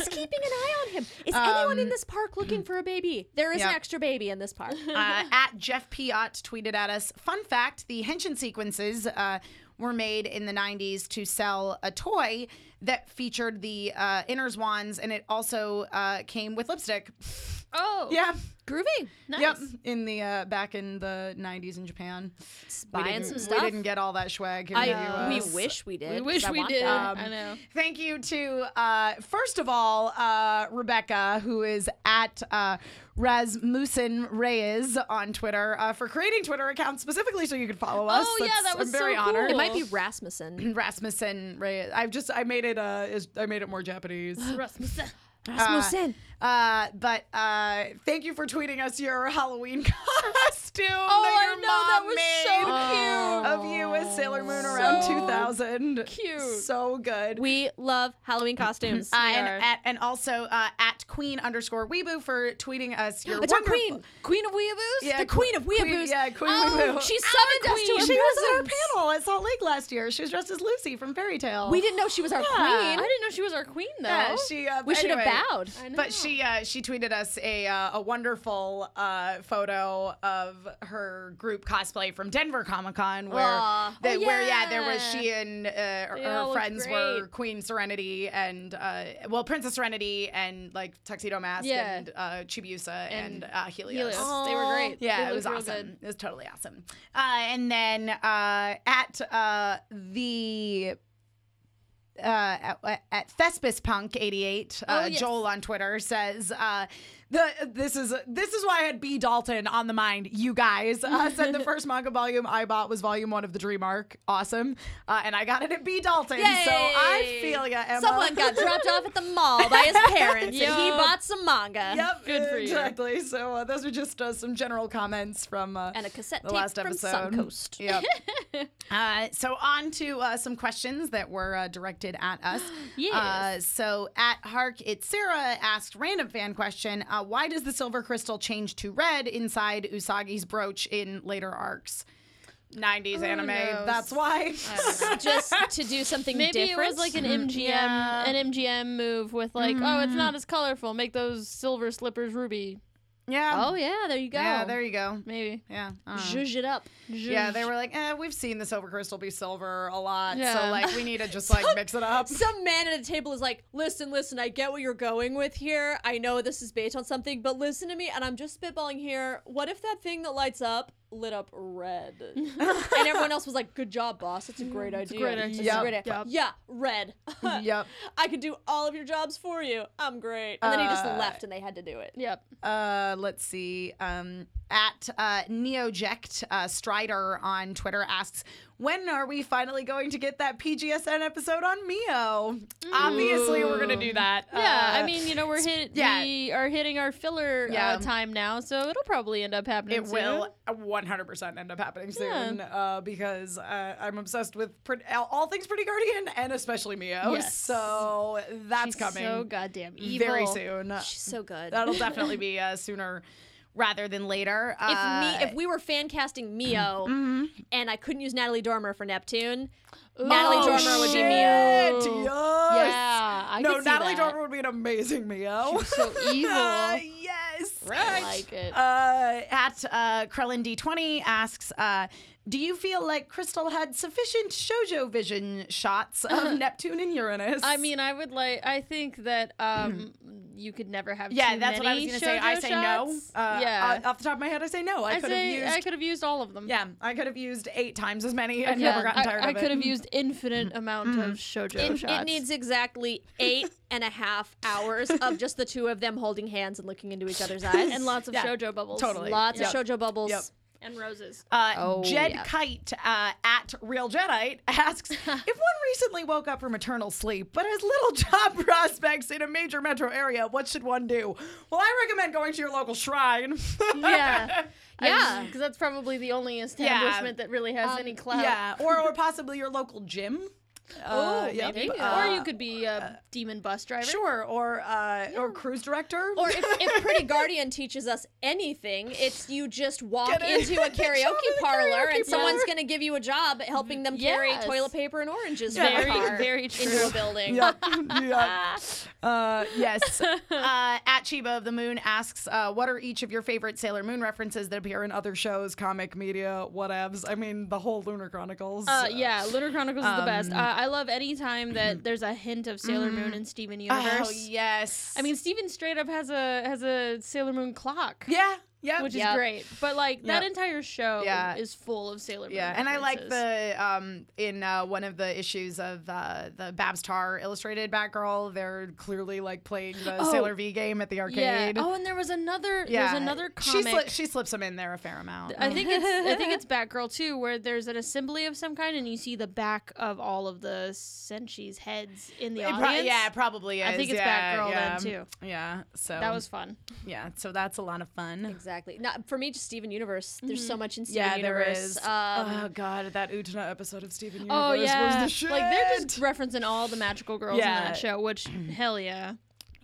S4: keeping an eye on him? Is anyone
S1: Um,
S4: in this park looking for a baby? There is
S5: yeah.
S4: an extra baby in this park.
S5: uh, at Jeff Piot tweeted at us. Fun fact: the Henshin sequences uh, were made in the '90s to sell a toy that featured the uh, inner wands, and it also uh, came with lipstick.
S6: oh,
S1: yeah.
S4: Groovy.
S6: nice.
S1: Yep.
S5: In the uh, back in the '90s in Japan, we
S4: Buying
S5: didn't,
S4: some
S5: we
S4: stuff.
S5: didn't get all that swag. Here in the
S4: I, we
S5: US.
S4: wish we did.
S6: We
S4: 'cause
S6: wish
S4: I
S6: we
S4: want
S6: did.
S4: that.
S6: I know.
S5: Um, Thank you to uh, first of all uh, Rebecca, who is at uh, Rasmussen Reyes on Twitter uh, for creating Twitter accounts specifically so you could follow us.
S6: Oh, yeah, that was
S5: I'm very
S6: so
S5: honored.
S4: It might
S6: Cool.
S4: be Rasmussen.
S5: Rasmussen Reyes. I've just I made it uh is, I made it more Japanese.
S6: Rasmussen.
S4: Rasmussen.
S5: Uh, but uh, thank you for tweeting us your Halloween costume. that
S6: Oh,
S5: your
S6: I know that
S5: mom
S6: was
S5: made Of you as Sailor Moon around 2000.
S6: cute.
S5: So good.
S4: we love Halloween
S1: Mm-hmm.
S4: costumes.
S5: Uh, and, at, and also uh, at queen underscore weeboo for tweeting us your
S4: It's our
S5: wonderful-
S4: queen, queen of weeaboos,
S5: Yeah,
S4: the
S5: que-
S4: queen of
S5: queen-
S4: weeaboos.
S5: yeah, queen
S4: oh,
S5: weeaboo.
S4: She
S5: Our
S4: summoned us to
S5: queen.
S4: her
S5: She was at
S4: presence.
S5: our panel at Salt Lake last year. She was dressed as Lucy from Fairy Tale.
S4: We didn't know she was our
S6: I
S4: queen.
S6: didn't know she was our queen though.
S5: Yeah, she. Uh,
S4: We should have
S5: anyway.
S4: bowed.
S6: I know.
S5: But she uh, she tweeted us a uh, a wonderful uh, photo of her group cosplay from Denver Comic Con where
S4: Aw.
S5: that-
S6: Oh,
S5: where yeah there was
S6: yeah.
S5: she and uh, her-
S6: They all
S5: her
S6: looked
S5: friends were
S6: great.
S5: Queen Serenity and uh, well Princess Serenity and like Tuxedo Mask
S6: Yeah.
S5: and uh, Chibiusa
S6: And
S5: and, uh, Helios.
S6: Helios. They were great.
S5: Yeah,
S6: They
S5: it was
S6: looked real
S5: awesome.
S6: good.
S5: It was totally awesome. Uh, and then uh, at uh, the uh, at, at Thespis Punk eighty eight, uh,
S6: Oh, yes.
S5: Joel on Twitter says uh, the this is this is why I had B Dalton on the mind. You guys uh, said the first manga volume I bought was volume one of the Dream Arc. Awesome, uh, and I got it at B Dalton. So I
S4: Yay.
S5: feel ya, Emma.
S4: Someone got dropped off at the mall by his parents, and he
S6: Yup.
S4: bought some manga
S5: Yep,
S6: Good for you.
S5: exactly. So uh, those are just uh, some general comments from uh,
S4: and a cassette
S5: the
S4: tape
S5: last
S4: from
S5: episode.
S4: Suncoast.
S5: Yep. uh, so on to uh, some questions that were uh, directed at us.
S6: Yes.
S5: Uh, so at Hark, it's Sarah asked random fan question. Uh, why does the silver crystal change to red inside Usagi's brooch in later arcs? 90s anime.
S6: knows?
S5: That's why.
S4: Just to do something
S6: Maybe
S4: different.
S6: it was like an MGM
S5: Yeah.
S6: an MGM move with like, oh, it's not as colorful. Make those silver slippers ruby.
S5: yeah.
S6: Oh yeah, there you go.
S5: yeah. There you go.
S6: Maybe.
S5: Yeah. I don't know.
S4: zhuzh it up.
S5: Yeah, they were like, eh, we've seen the silver crystal be silver a lot, so
S6: Yeah.
S5: like we need to just like mix it up.
S4: Some man at a table is like, listen, listen, I get what you're going with here. I know this is based on something, but listen to me, and I'm just spitballing here. What if that thing that lights up lit up red? and everyone else was like, good job, boss. It's a great idea.
S6: great
S4: It's
S6: idea.
S4: a great idea.
S6: Yup.
S4: Yeah, red.
S5: yep.
S4: I could do all of your jobs for you. I'm great. And then he just left, and they had to do it.
S6: Yep.
S5: uh, let's see. Um, at uh, Neoject uh, Strider on Twitter asks, when are we finally going to get that PGSN episode on Mio? Obviously, we're gonna do that.
S6: Mm. Yeah,
S5: Uh,
S6: I mean, you know, we're hit.
S5: yeah.
S6: We are hitting our filler
S5: Yeah.
S6: uh, time now, so it'll probably end up happening.
S5: it
S6: soon.
S5: will 100% end up happening soon uh, because uh, I'm obsessed with pre- all all things Pretty Guardian and especially Mio.
S6: Yes.
S5: So that's
S6: She's
S5: coming
S6: So goddamn evil.
S5: very soon.
S4: She's so good.
S5: That'll definitely be uh, sooner rather than later.
S4: if
S5: Uh,
S4: me if we were fan casting Mio and I couldn't use Natalie Dormer for Neptune,
S6: Ooh.
S4: Natalie
S6: Oh,
S4: Dormer would be Mio.
S6: Mio.
S5: shit, Yes.
S6: Yeah, I
S5: Oh, no,
S6: could see
S5: Natalie
S6: that.
S5: Dormer would be an amazing Mio.
S6: So evil.
S5: Uh, yes.
S3: I like it.
S5: Uh, at uh, Krellin D20 asks, uh, do you feel like Crystal had sufficient shoujo vision shots of Neptune and Uranus?
S3: I mean, I would like. I think that um, you could never have.
S5: yeah,
S3: too
S5: that's what I was
S3: many
S5: gonna say. I
S3: shoujo
S5: say
S3: shots.
S5: no. Uh,
S3: yeah,
S5: uh, off the top of my head, I say no. I,
S3: I
S5: could have
S3: say
S5: used.
S3: I could have used all of them.
S5: yeah, I could have used eight times as many. I
S3: Yeah,
S5: never gotten
S3: I-
S5: tired
S3: I,
S5: of it. Mm-hmm.
S3: could have used infinite amount of shoujo
S4: It,
S3: shots.
S4: it needs exactly eight and a half hours of just the two of them holding hands and looking into each other's eyes.
S3: and lots of
S5: Yeah,
S3: shoujo bubbles.
S5: totally.
S4: lots
S5: Yep.
S4: of shoujo bubbles.
S5: Yep.
S3: and roses.
S5: Uh,
S4: Oh,
S5: Jed
S4: yeah.
S5: Kite uh, at Real Jedite asks if one recently woke up from eternal sleep but has little job prospects in a major metro area, what should one do? Well, I recommend going to your local shrine.
S3: Yeah.
S4: Yeah. Um,
S3: because that's probably the only establishment that really has any clout.
S5: yeah, or or possibly your local gym.
S3: Oh,
S5: Uh, yep.
S3: maybe.
S5: Uh,
S3: or you could be a demon bus driver.
S5: sure, or uh, or cruise director,
S4: Or if, if Pretty Guardian teaches us anything, it's you just walk
S5: Get a-
S4: into a
S5: job in a
S4: karaoke parlor and
S5: karaoke
S4: someone's
S5: parlor.
S4: going to give you a job at helping them carry
S3: Yes.
S4: toilet paper and oranges from a
S3: Very,
S4: car
S3: very
S4: into
S3: true.
S4: a building.
S5: yeah, yeah. Uh, yes. Uh, at Chiba of the Moon asks, uh, what are each of your favorite Sailor Moon references that appear in other shows, comic media, whatevs? I mean, the whole Lunar Chronicles.
S3: Uh, yeah, Lunar Chronicles is the best.
S5: Um,
S3: Uh, I love any time that there's a hint of Sailor Moon and Steven Universe.
S5: mm-hmm. Oh yes.
S3: I mean, Steven straight up has a has a Sailor Moon clock,
S5: yeah, yeah,
S3: which
S4: Yep.
S3: is great. But like that
S5: Yep.
S3: entire show
S5: Yeah.
S3: is full of Sailor Moon.
S5: yeah. And I like
S3: references.
S5: the um in uh, one of the issues of uh, the Babs Tar Illustrated Batgirl, they're clearly like playing the
S3: Oh.
S5: Sailor V game at the
S3: yeah.
S5: arcade.
S3: Oh, and there was another. There's another
S5: She,
S3: comic. uh,
S5: sli- she slips them in there a fair amount.
S3: I think it's I think it's Batgirl too, where there's an assembly of some kind, and you see the back of all of the Senshi's heads in the
S5: It
S3: audience.
S5: pro- yeah, it probably is.
S3: I think it's
S5: yeah,
S3: Batgirl
S5: yeah.
S3: then,
S5: Yeah. So
S3: that was fun.
S5: yeah. So that's a lot of fun.
S4: Exactly. Not for me, just Steven Universe. There's so much in Steven
S5: Mm-hmm. Yeah, there
S4: Universe.
S5: is.
S4: Um,
S5: oh god, that Utena episode of Steven Universe
S3: Oh yeah,
S5: was the shit.
S3: like they're just referencing all the magical girls
S5: Yeah.
S3: in that show, which hell yeah.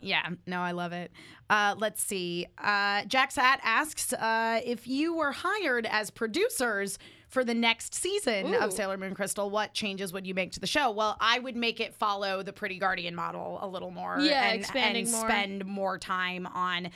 S5: Yeah, no, I love it. Uh, let's see. Uh, Jack Sat asks uh, if you were hired as producers for the next season of
S3: Ooh.
S5: Sailor Moon Crystal, what changes would you make to the show? Well, I would make it follow the Pretty Guardian model a little more.
S3: Yeah,
S5: and,
S3: expanding
S5: and
S3: more.
S5: spend more time on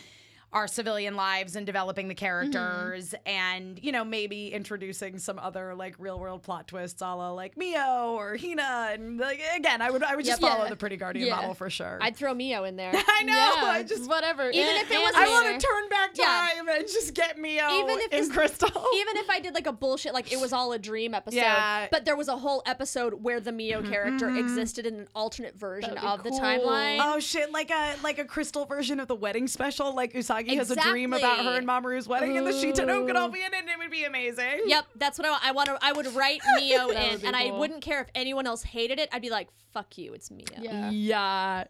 S5: our civilian lives and developing the characters
S3: Mm-hmm.
S5: and you know maybe introducing some other like real world plot twists a la like mio or hina and like again i would i would just
S3: Yep.
S5: follow
S3: Yeah.
S5: the pretty guardian
S3: Yeah.
S5: model for sure
S4: I'd throw Mio in there.
S5: I know.
S3: yeah,
S5: I just
S3: whatever.
S4: Even if it was
S5: I
S4: later.
S3: want
S5: want to turn back
S4: Yeah.
S5: time and just get Mio
S4: Even if
S5: in
S4: it's-
S5: Crystal.
S4: Even if I did like a bullshit, like it was all a dream episode,
S5: Yeah. Mm-hmm.
S4: but there was a whole episode where the Mio character existed in an alternate version
S3: That'd be
S4: of the
S3: cool.
S4: timeline.
S5: Oh shit! Like a like a crystal version of the wedding special. Like Usagi has a dream about her and Mamoru's wedding, and the Shitano could all be in it. and It would be amazing.
S4: Yep, that's what I want. I want to. I would write Mio in,
S3: That would
S4: and
S3: be
S4: I
S3: cool.
S4: wouldn't care if anyone else hated it. I'd be like, "Fuck you, it's Mio."
S3: yeah.
S5: Yeah.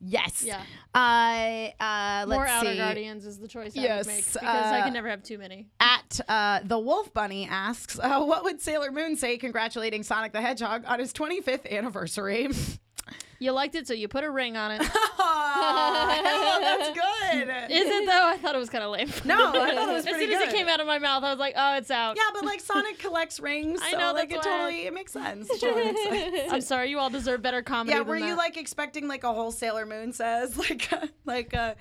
S5: Yes.
S3: Yeah.
S5: Uh, uh, let's
S3: More Outer
S5: see.
S3: Guardians is the choice
S5: Yes,
S3: I would make because I
S5: uh,
S3: can never have too many.
S5: At uh, the Wolf Bunny asks, uh, what would Sailor Moon say congratulating Sonic the Hedgehog on his 25th anniversary?
S3: You liked it, so you put a ring on it. Is
S5: Aw, Uh, that's good.
S3: it though? I thought it was kind of lame.
S5: No, I thought it was
S3: as
S5: pretty
S3: soon
S5: good.
S3: as it came out of my mouth, I was like, oh, it's out.
S5: Yeah, but like Sonic collects rings, so
S3: I know,
S5: like it
S3: that's why.
S5: totally it makes sense. It totally makes sense.
S3: I'm sorry, you all deserve better comedy.
S5: yeah,
S3: than
S5: were you
S3: that.
S5: like expecting like a whole Sailor Moon says like like uh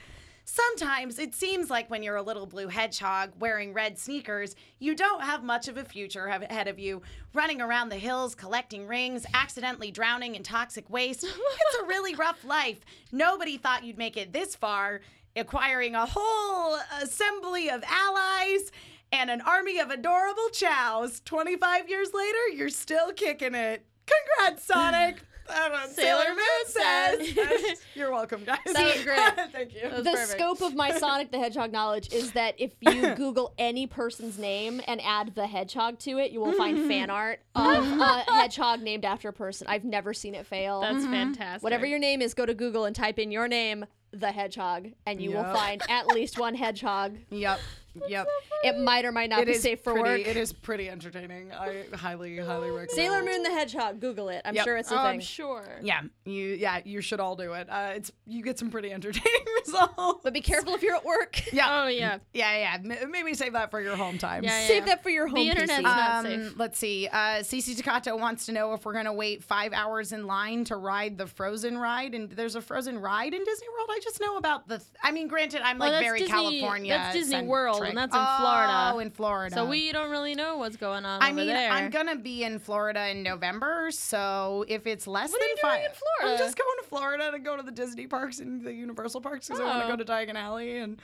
S5: Sometimes it seems like when you're a little blue hedgehog wearing red sneakers, you don't have much of a future ha- ahead of you. Running around the hills, collecting rings, accidentally drowning in toxic waste. It's a really rough life. Nobody thought you'd make it this far, acquiring a whole assembly of allies and an army of adorable chows. 25 years later, you're still kicking it. Congrats, Sonic. That's what Sailor,
S3: Sailor
S5: Moon says. You're welcome, guys.
S3: That was great.
S5: Thank you.
S3: That was
S4: the
S3: perfect.
S4: scope of my Sonic the Hedgehog knowledge is that if you Google any person's name and add the hedgehog to it, you will find fan art of a hedgehog named after a person. I've never seen it fail. Mm-hmm.
S3: That's fantastic.
S4: Whatever your name is, go to Google and type in your name, the hedgehog, and you
S5: Yep.
S4: will find at least one hedgehog.
S5: Yep. Yep.
S4: It might or might not
S1: It
S4: be
S1: is
S4: safe for
S1: pretty,
S4: work.
S1: It is pretty entertaining. I highly, highly recommend.
S4: Sailor Moon the Hedgehog. Google it. I'm
S1: Yep.
S4: sure it's a
S3: Oh,
S4: thing.
S3: I'm sure.
S5: Yeah.
S1: You, yeah, you should all do it. Uh, it's you get some pretty entertaining results.
S4: but be careful if you're at work.
S1: yeah,
S3: Oh yeah.
S1: yeah, yeah. M- maybe save that for your home time.
S3: Yeah,
S4: Save that for your home.
S3: internet's
S4: PC.
S3: not-
S5: Um,
S3: safe.
S5: Let's see. Uh, Cece Takato wants to know if we're going to wait five hours in line to ride the Frozen ride. And there's a Frozen ride in Disney World. I just know about the. Th- I mean, granted, I'm
S3: Well,
S5: like
S3: that's
S5: very
S3: Disney-
S5: California.
S3: that's Disney
S5: centric.
S3: World, and that's in Florida.
S5: Oh, in Florida.
S3: So we don't really know what's going on
S5: I
S3: over
S5: mean,
S3: there.
S5: I'm gonna be in Florida in November, so if it's less than five,
S1: I'm just going to Florida to go to the Disney parks and the Universal parks because I want to
S3: Oh.
S1: go to Diagon Alley. And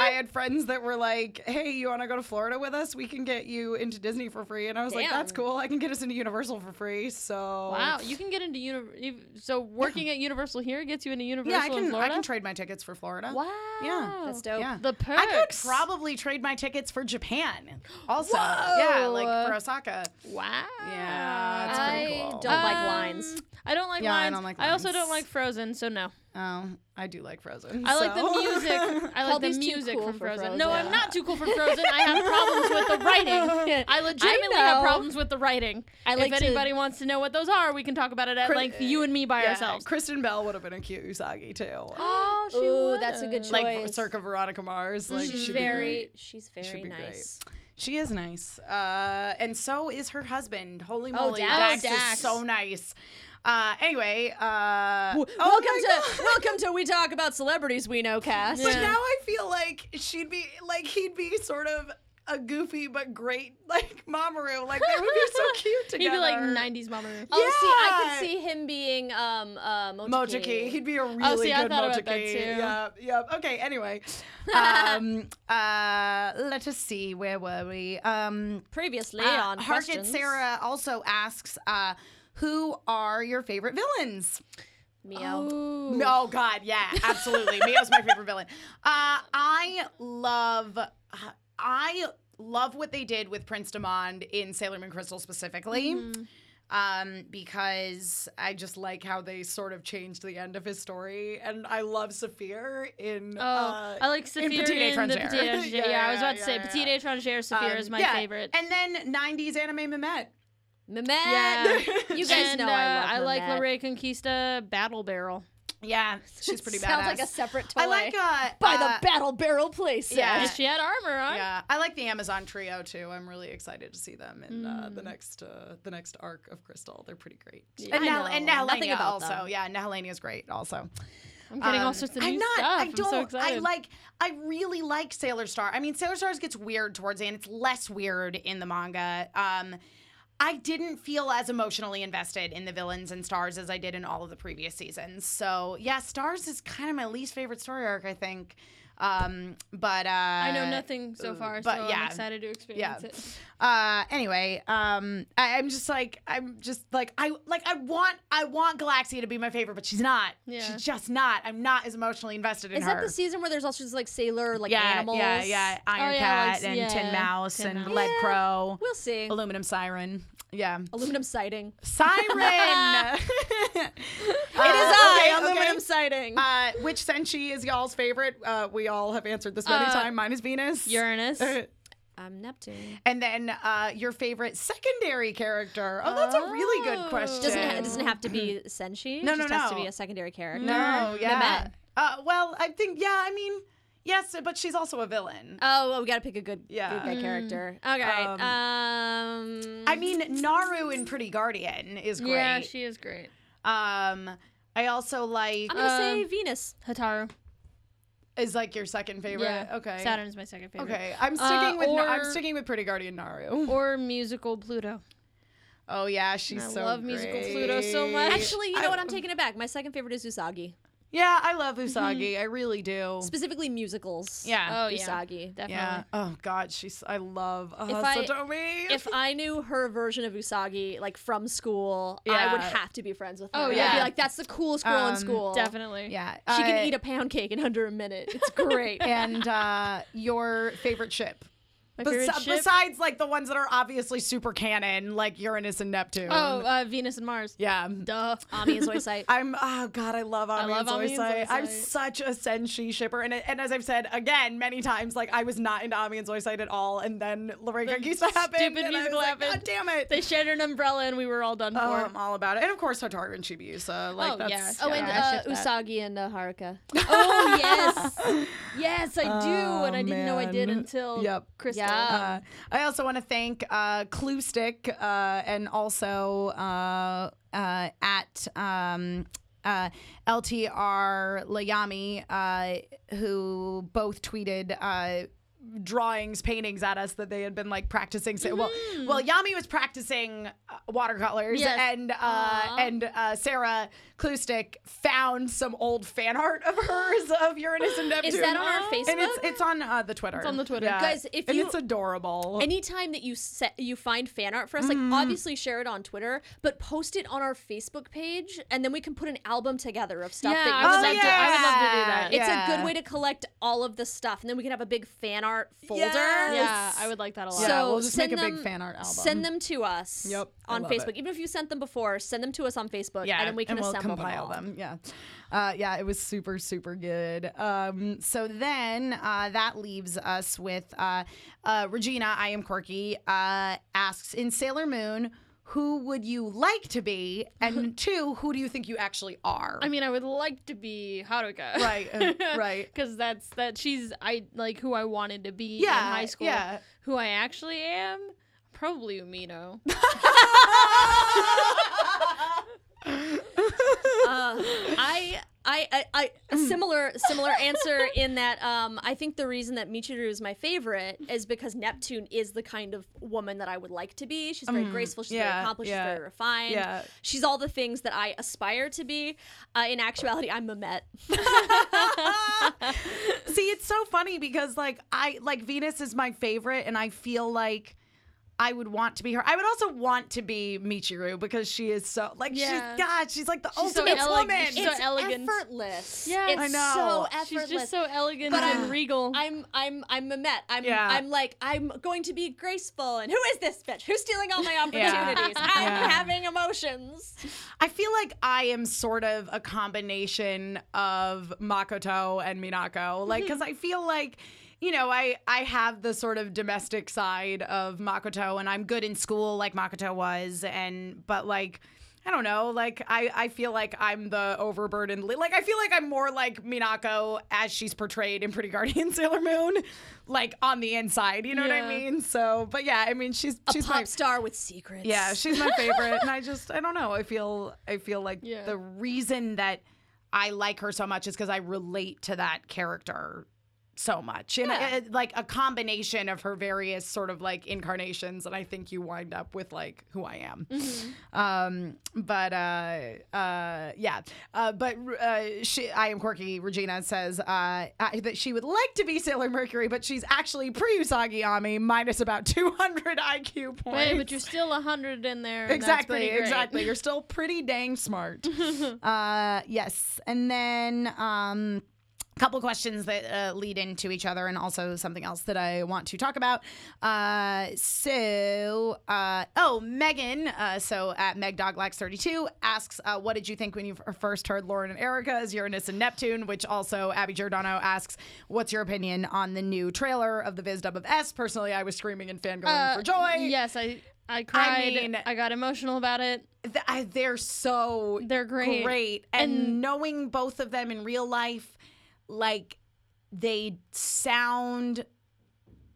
S1: I had friends that were like, "Hey, you want to go to Florida with us? We can get you into Disney for free." And I was like, "That's cool. I can get us into Universal for free." So
S3: wow, you can get into uni- so working at Universal here gets you into Universal
S5: yeah, I
S3: in
S5: can I
S3: Florida.
S5: can trade my tickets for Florida.
S3: wow.
S5: Yeah,
S4: That's dope.
S5: Yeah.
S3: The perks.
S5: I could probably trade my tickets for Japan. Also, yeah, like for Osaka.
S3: Wow.
S5: Yeah, it's pretty
S4: I
S5: cool.
S4: don't like lines.
S3: Um, I don't like
S5: Yeah, I
S3: lines.
S5: don't like
S3: I also
S5: lines.
S3: don't like Frozen, so no.
S5: Oh, I do like Frozen.
S3: I like the
S5: so.
S3: music. I
S4: Call
S3: like the
S4: these too
S3: music
S4: cool
S3: from
S4: for
S3: Frozen.
S4: Frozen.
S3: No, I'm not too cool for Frozen. I have problems with the writing. I legitimately
S4: know.
S3: have problems with the writing.
S4: I like
S3: if
S4: to-
S3: anybody wants to know what those are, we can talk about it at
S1: Cri-
S3: length, you and me by
S1: Yeah,
S3: ourselves.
S1: Kristen Bell would have been a cute Usagi too,
S3: Oh,
S4: Ooh, that's a good choice.
S1: like circa Veronica Mars. Like
S4: she's
S1: she'd be
S4: very,
S1: great.
S4: she's
S1: Should
S4: very
S1: be great.
S4: nice.
S5: She is nice. Uh, and so is her husband. Holy
S4: Oh,
S5: moly.
S4: Dax.
S5: Dax,
S4: Dax.
S5: is so nice. Uh, anyway, uh,
S4: W-
S5: oh
S4: welcome
S5: my
S4: to
S5: God.
S4: welcome to we talk about celebrities we know cast.
S1: But now I feel like she'd be like he'd be sort of a goofy but great like Mamoru. Like they would be so cute
S3: He'd
S1: together.
S3: be like 90s mama.
S4: Oh, see, I
S1: Yeah.
S4: could see him being um uh, Motaki.
S1: Motaki. He'd be a really
S3: Oh, see, I
S1: good
S3: thought about
S1: Motaki.
S3: that too.
S1: Yep, yep. Okay, anyway.
S5: um, uh, let us see. Where were we? Um,
S4: Previously
S5: uh,
S4: on
S5: Hargit
S4: Questions.
S5: Sarah also asks, uh, who are your favorite villains?
S4: Meow.
S5: Oh. No, God, yeah, absolutely. Mio's my favorite villain. Uh, I love, I love what they did with Prince Demond in Sailor Moon Crystal specifically,
S4: Mm-hmm.
S5: um, because I just like how they sort of changed the end of his story, and I love Saphir in.
S3: Oh,
S1: uh,
S3: I like Saphir in,
S1: Petite
S3: the
S1: Étrangère.
S3: Petite Étrangère.
S1: Yeah,
S3: yeah, I was
S1: yeah,
S3: about to say
S1: yeah,
S3: Petite
S1: yeah.
S3: Étrangère. Saphir
S1: um,
S3: is my
S1: yeah.
S3: favorite.
S5: And then '90s anime Mimette.
S4: Mehmet.
S3: Yeah.
S4: You guys
S3: And,
S4: know
S3: uh,
S4: I love
S3: like
S4: Mehmet.
S3: Larray Conquista Battle Barrel.
S5: Yeah, she's pretty bad.
S4: Sounds
S5: badass.
S4: like a separate toy.
S5: I like uh,
S4: by the
S5: uh,
S4: Battle Barrel playset.
S5: yeah.
S3: she had armor on.
S5: yeah,
S1: I like the Amazon trio too. I'm really excited to see them in uh,
S3: mm.
S4: Mm,
S1: the next uh, the next arc of Crystal. They're pretty great.
S5: and
S4: I
S5: now
S4: know.
S5: and
S4: Nothing
S5: Nahalania
S4: about
S5: also.
S4: them.
S5: Yeah, Nahalania is great also.
S3: I'm getting all
S5: Um,
S3: sorts of new
S5: I'm not.
S3: stuff.
S5: I don't.
S3: am so
S5: I
S3: excited.
S5: like. I really like Sailor Star. I mean, Sailor Stars gets weird towards the end. It's less weird in the manga. Um, I didn't feel as emotionally invested in the villains and Stars as I did in all of the previous seasons. So yeah, Stars is kind of my least favorite story arc. I think. Um, but uh,
S3: I know nothing so far,
S5: but
S3: so
S5: yeah.
S3: I'm excited to experience it.
S5: Uh, anyway, um, I, I'm just like I'm just like I like I want I want Galaxia to be my favorite, but she's not.
S3: Yeah.
S5: She's just not. I'm not as emotionally invested in
S4: Is
S5: her.
S4: that the season where there's also just like sailor like
S5: yeah,
S4: animals?
S5: yeah, yeah. Iron
S3: Oh, yeah,
S5: Cat
S3: like,
S5: and Tin
S3: yeah,
S5: Mouse
S3: Tin
S5: and
S3: Mouse.
S5: Lead
S4: Yeah.
S5: Crow,
S4: We'll see.
S5: Aluminum Siren. Yeah,
S4: Aluminum sighting.
S5: Siren.
S4: It is
S5: okay,
S4: I.
S5: okay.
S4: Aluminum sighting.
S5: uh, which Senshi is y'all's favorite? Uh, we all have answered this many
S3: Uh,
S5: times. Mine is Venus.
S3: Uranus.
S4: I'm Neptune.
S5: And then uh, your favorite secondary character. Oh, that's a really good
S3: Oh.
S5: question.
S4: Doesn't
S3: Yeah.
S4: ha- doesn't have to be Senshi.
S5: No,
S4: it
S5: no,
S4: just has to
S5: no.
S4: be a secondary character.
S5: No, yeah.
S4: Mehmet.
S5: Uh, well, I think yeah. I mean, yes, but she's also a villain.
S4: Oh, well, we gotta pick a good,
S5: Yeah.
S4: good
S3: Mm.
S4: guy character. All right.
S5: Um,
S4: Um,
S5: I mean, Naru in Pretty Guardian is great.
S3: Yeah, she is great.
S5: um, I also like
S4: I'm gonna say
S3: um,
S4: Venus.
S3: Hataru.
S5: is like your second favorite.
S3: Yeah.
S5: Okay.
S3: Saturn's my second favorite.
S5: Okay, I'm sticking with Na- I'm
S3: or-
S5: sticking with Pretty Guardian Naru.
S3: Or musical Pluto.
S5: oh yeah, she's
S3: I
S5: so
S3: love musical Pluto so
S5: great.
S3: much.
S4: Actually, you know what? I'm taking it back. My second favorite is Usagi,
S5: Yeah, I love Usagi. I really do.
S4: specifically musicals.
S5: Yeah.
S3: Oh yeah,
S4: Usagi.
S3: definitely.
S5: yeah. Oh god, she's I love uh,
S4: I-
S5: Satomi.
S4: If I knew her version of Usagi, like from school, I would
S5: Yeah.
S4: have to be friends with her.
S3: Oh,
S4: I'd be
S5: yeah.
S4: like, that's the coolest girl in
S5: Um,
S4: school.
S3: Definitely.
S5: yeah,
S4: She
S5: uh,
S4: can eat a pound cake in under a minute. It's great.
S5: and uh, your favorite ship.
S3: My
S5: Bes-
S3: favorite ship.
S5: besides like the ones that are obviously super canon, like Uranus and Neptune.
S3: oh, uh, Venus and Mars.
S5: yeah.
S3: Duh.
S4: Ami is always like,
S5: I'm oh god, I love Ami
S3: love
S5: and
S3: Ami
S5: Zoisite.
S3: and
S5: I'm
S3: Zoisite.
S5: such a Senshi shipper, and and as I've said again many times, like I was not into Ami and Zoisite at all, and then Lorraine Conquista happened.
S3: stupid
S5: and I was
S3: musical
S5: like, God
S3: happened.
S5: damn it!
S3: They shared an umbrella and we were all done
S5: Oh,
S3: for.
S5: I'm all about it, and of course Hotaru and Chibiusa. Like
S3: Oh,
S5: that's
S3: yeah.
S4: oh, and
S5: yeah.
S3: I
S4: uh,
S3: ship that.
S4: Usagi and uh, Haruka.
S3: oh yes, yes I do,
S5: Oh,
S3: and I didn't know I did
S5: man.
S3: until
S5: Yep.
S3: Crystal.
S5: Uh, I also want to thank uh, Clue Stick uh, and also uh, uh, at um, uh, LTR Layami, uh, who both tweeted. Uh, drawings paintings at us that they had been like practicing so, well
S1: Mm-hmm.
S5: well yami was practicing uh, watercolors
S3: Yes.
S5: and uh and uh sarah Klustick found some old fan art of hers of uranus and neptune
S4: Is that on our
S5: and
S4: Facebook?
S5: it's it's on uh, the Twitter. It's
S3: on the Twitter.
S4: Guys, if
S5: and
S4: you-
S5: it's adorable.
S4: Anytime that you set, you find fan art for us,
S5: Mm-hmm.
S4: like obviously share it on Twitter, but post it on our Facebook page, and then we can put an album together of stuff
S3: Yeah,
S4: that
S3: I
S4: you
S3: would
S5: Oh,
S4: sent
S3: love to-
S4: to
S3: I would love to do
S5: yeah.
S3: that.
S4: It's a
S5: Yeah.
S4: good way to collect all of the stuff, and then we can have a big fan art folder.
S5: Yes.
S3: Yeah, I would like that a lot.
S5: yeah,
S4: so
S5: we'll just
S4: send
S5: make a big
S4: them-
S5: fan art album.
S4: Send them to us
S5: Yep, I
S4: on
S5: love it.
S4: Facebook. Even if you sent them before, send them to us on Facebook, and then we can
S5: we'll
S4: assemble
S5: compile
S4: them. all.
S5: them. Yeah, uh, yeah, it was super super good. Um, so then uh, that leaves us with uh, uh, Regina. I am quirky. Uh, asks in Sailor Moon. Who would you like to be? And two, who do you think you actually are?
S3: I mean, I would like to be Haruka.
S5: Right, uh, right.
S3: Because that's that she's I like who I wanted to be
S5: Yeah,
S3: in high school.
S5: yeah.
S3: Who I actually am, probably Umino.
S4: Uh, I, I, I, I a
S5: Mm.
S4: similar similar answer in that um, I think the reason that Michiru is my favorite is because Neptune is the kind of woman that I would like to be. She's very graceful. She's
S5: Mm, yeah,
S4: very accomplished.
S5: yeah,
S4: she's very refined.
S5: yeah.
S4: She's all the things that I aspire to be. Uh, in actuality, I'm Mamet.
S5: See, it's so funny because like I like Venus is my favorite, and I feel like I would want to be her. I would also want to be Michiru because she is so like
S3: Yeah.
S5: she's God, she's like the
S3: She's so
S5: ultimate
S3: elegant.
S5: woman.
S3: She's so
S4: it's
S3: elegant.
S4: effortless.
S3: Yeah.
S4: it's
S5: I know.
S4: so effortless.
S3: she's just so elegant
S4: But
S3: and
S4: I'm-
S3: regal.
S4: I'm I'm I'm Mamet. I'm
S5: Yeah.
S4: I'm like I'm going to be graceful. And who is this bitch? Who's stealing all my
S5: Yeah.
S4: opportunities? I'm
S5: Yeah.
S4: having emotions.
S5: I feel like I am sort of a combination of Makoto and Minako. Like, because I feel like, you know, I, I have the sort of domestic side of Makoto and I'm good in school like Makoto was. And, but like, I don't know. Like, I, I feel like I'm the overburdened. Li- like, I feel like I'm more like Minako as she's portrayed in Pretty Guardian Sailor Moon, like on the inside. You know what
S3: Yeah.
S5: I mean? So, but yeah, I mean, she's
S4: A
S5: she's
S4: pop
S5: my-
S4: star with secrets.
S5: yeah, she's my favorite, and I just I don't know. I feel I feel like
S3: Yeah.
S5: the reason that I like her so much is because I relate to that character so much, and
S4: Yeah.
S5: it- like a combination of her various sort of like incarnations, and I think you wind up with like who I am.
S3: Mm-hmm.
S5: Um, but uh, uh, yeah, uh, but uh, she, I am quirky. Regina says uh, I, that she would like to be Sailor Mercury, but she's actually pre Usagi Ami minus about two hundred IQ points.
S3: Wait, but you're still a hundred in there. and that's
S5: Exactly,
S3: pretty great.
S5: exactly. You're still pretty dang smart. uh, yes. And then um couple questions that uh, lead into each other and also something else that i want to talk about uh, so uh, oh megan uh, so at megdoglax32 asks uh, what did you think when you f- first heard lauren and erica's uranus and neptune which also abby giordano asks what's your opinion on the new trailer of the viz dub of s personally i was screaming and fangirling
S3: Uh,
S5: for joy
S3: Yes, I I cried. I,
S5: mean-
S3: got emotional about it.
S5: th- I, they're so
S3: They're great.
S5: and,
S3: And-
S5: knowing both of them in real life like they sound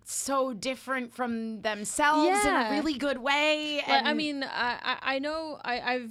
S5: so different from themselves in
S3: Yeah.
S5: a really good way
S3: Like,
S5: and
S3: I mean, I I, I know I, I've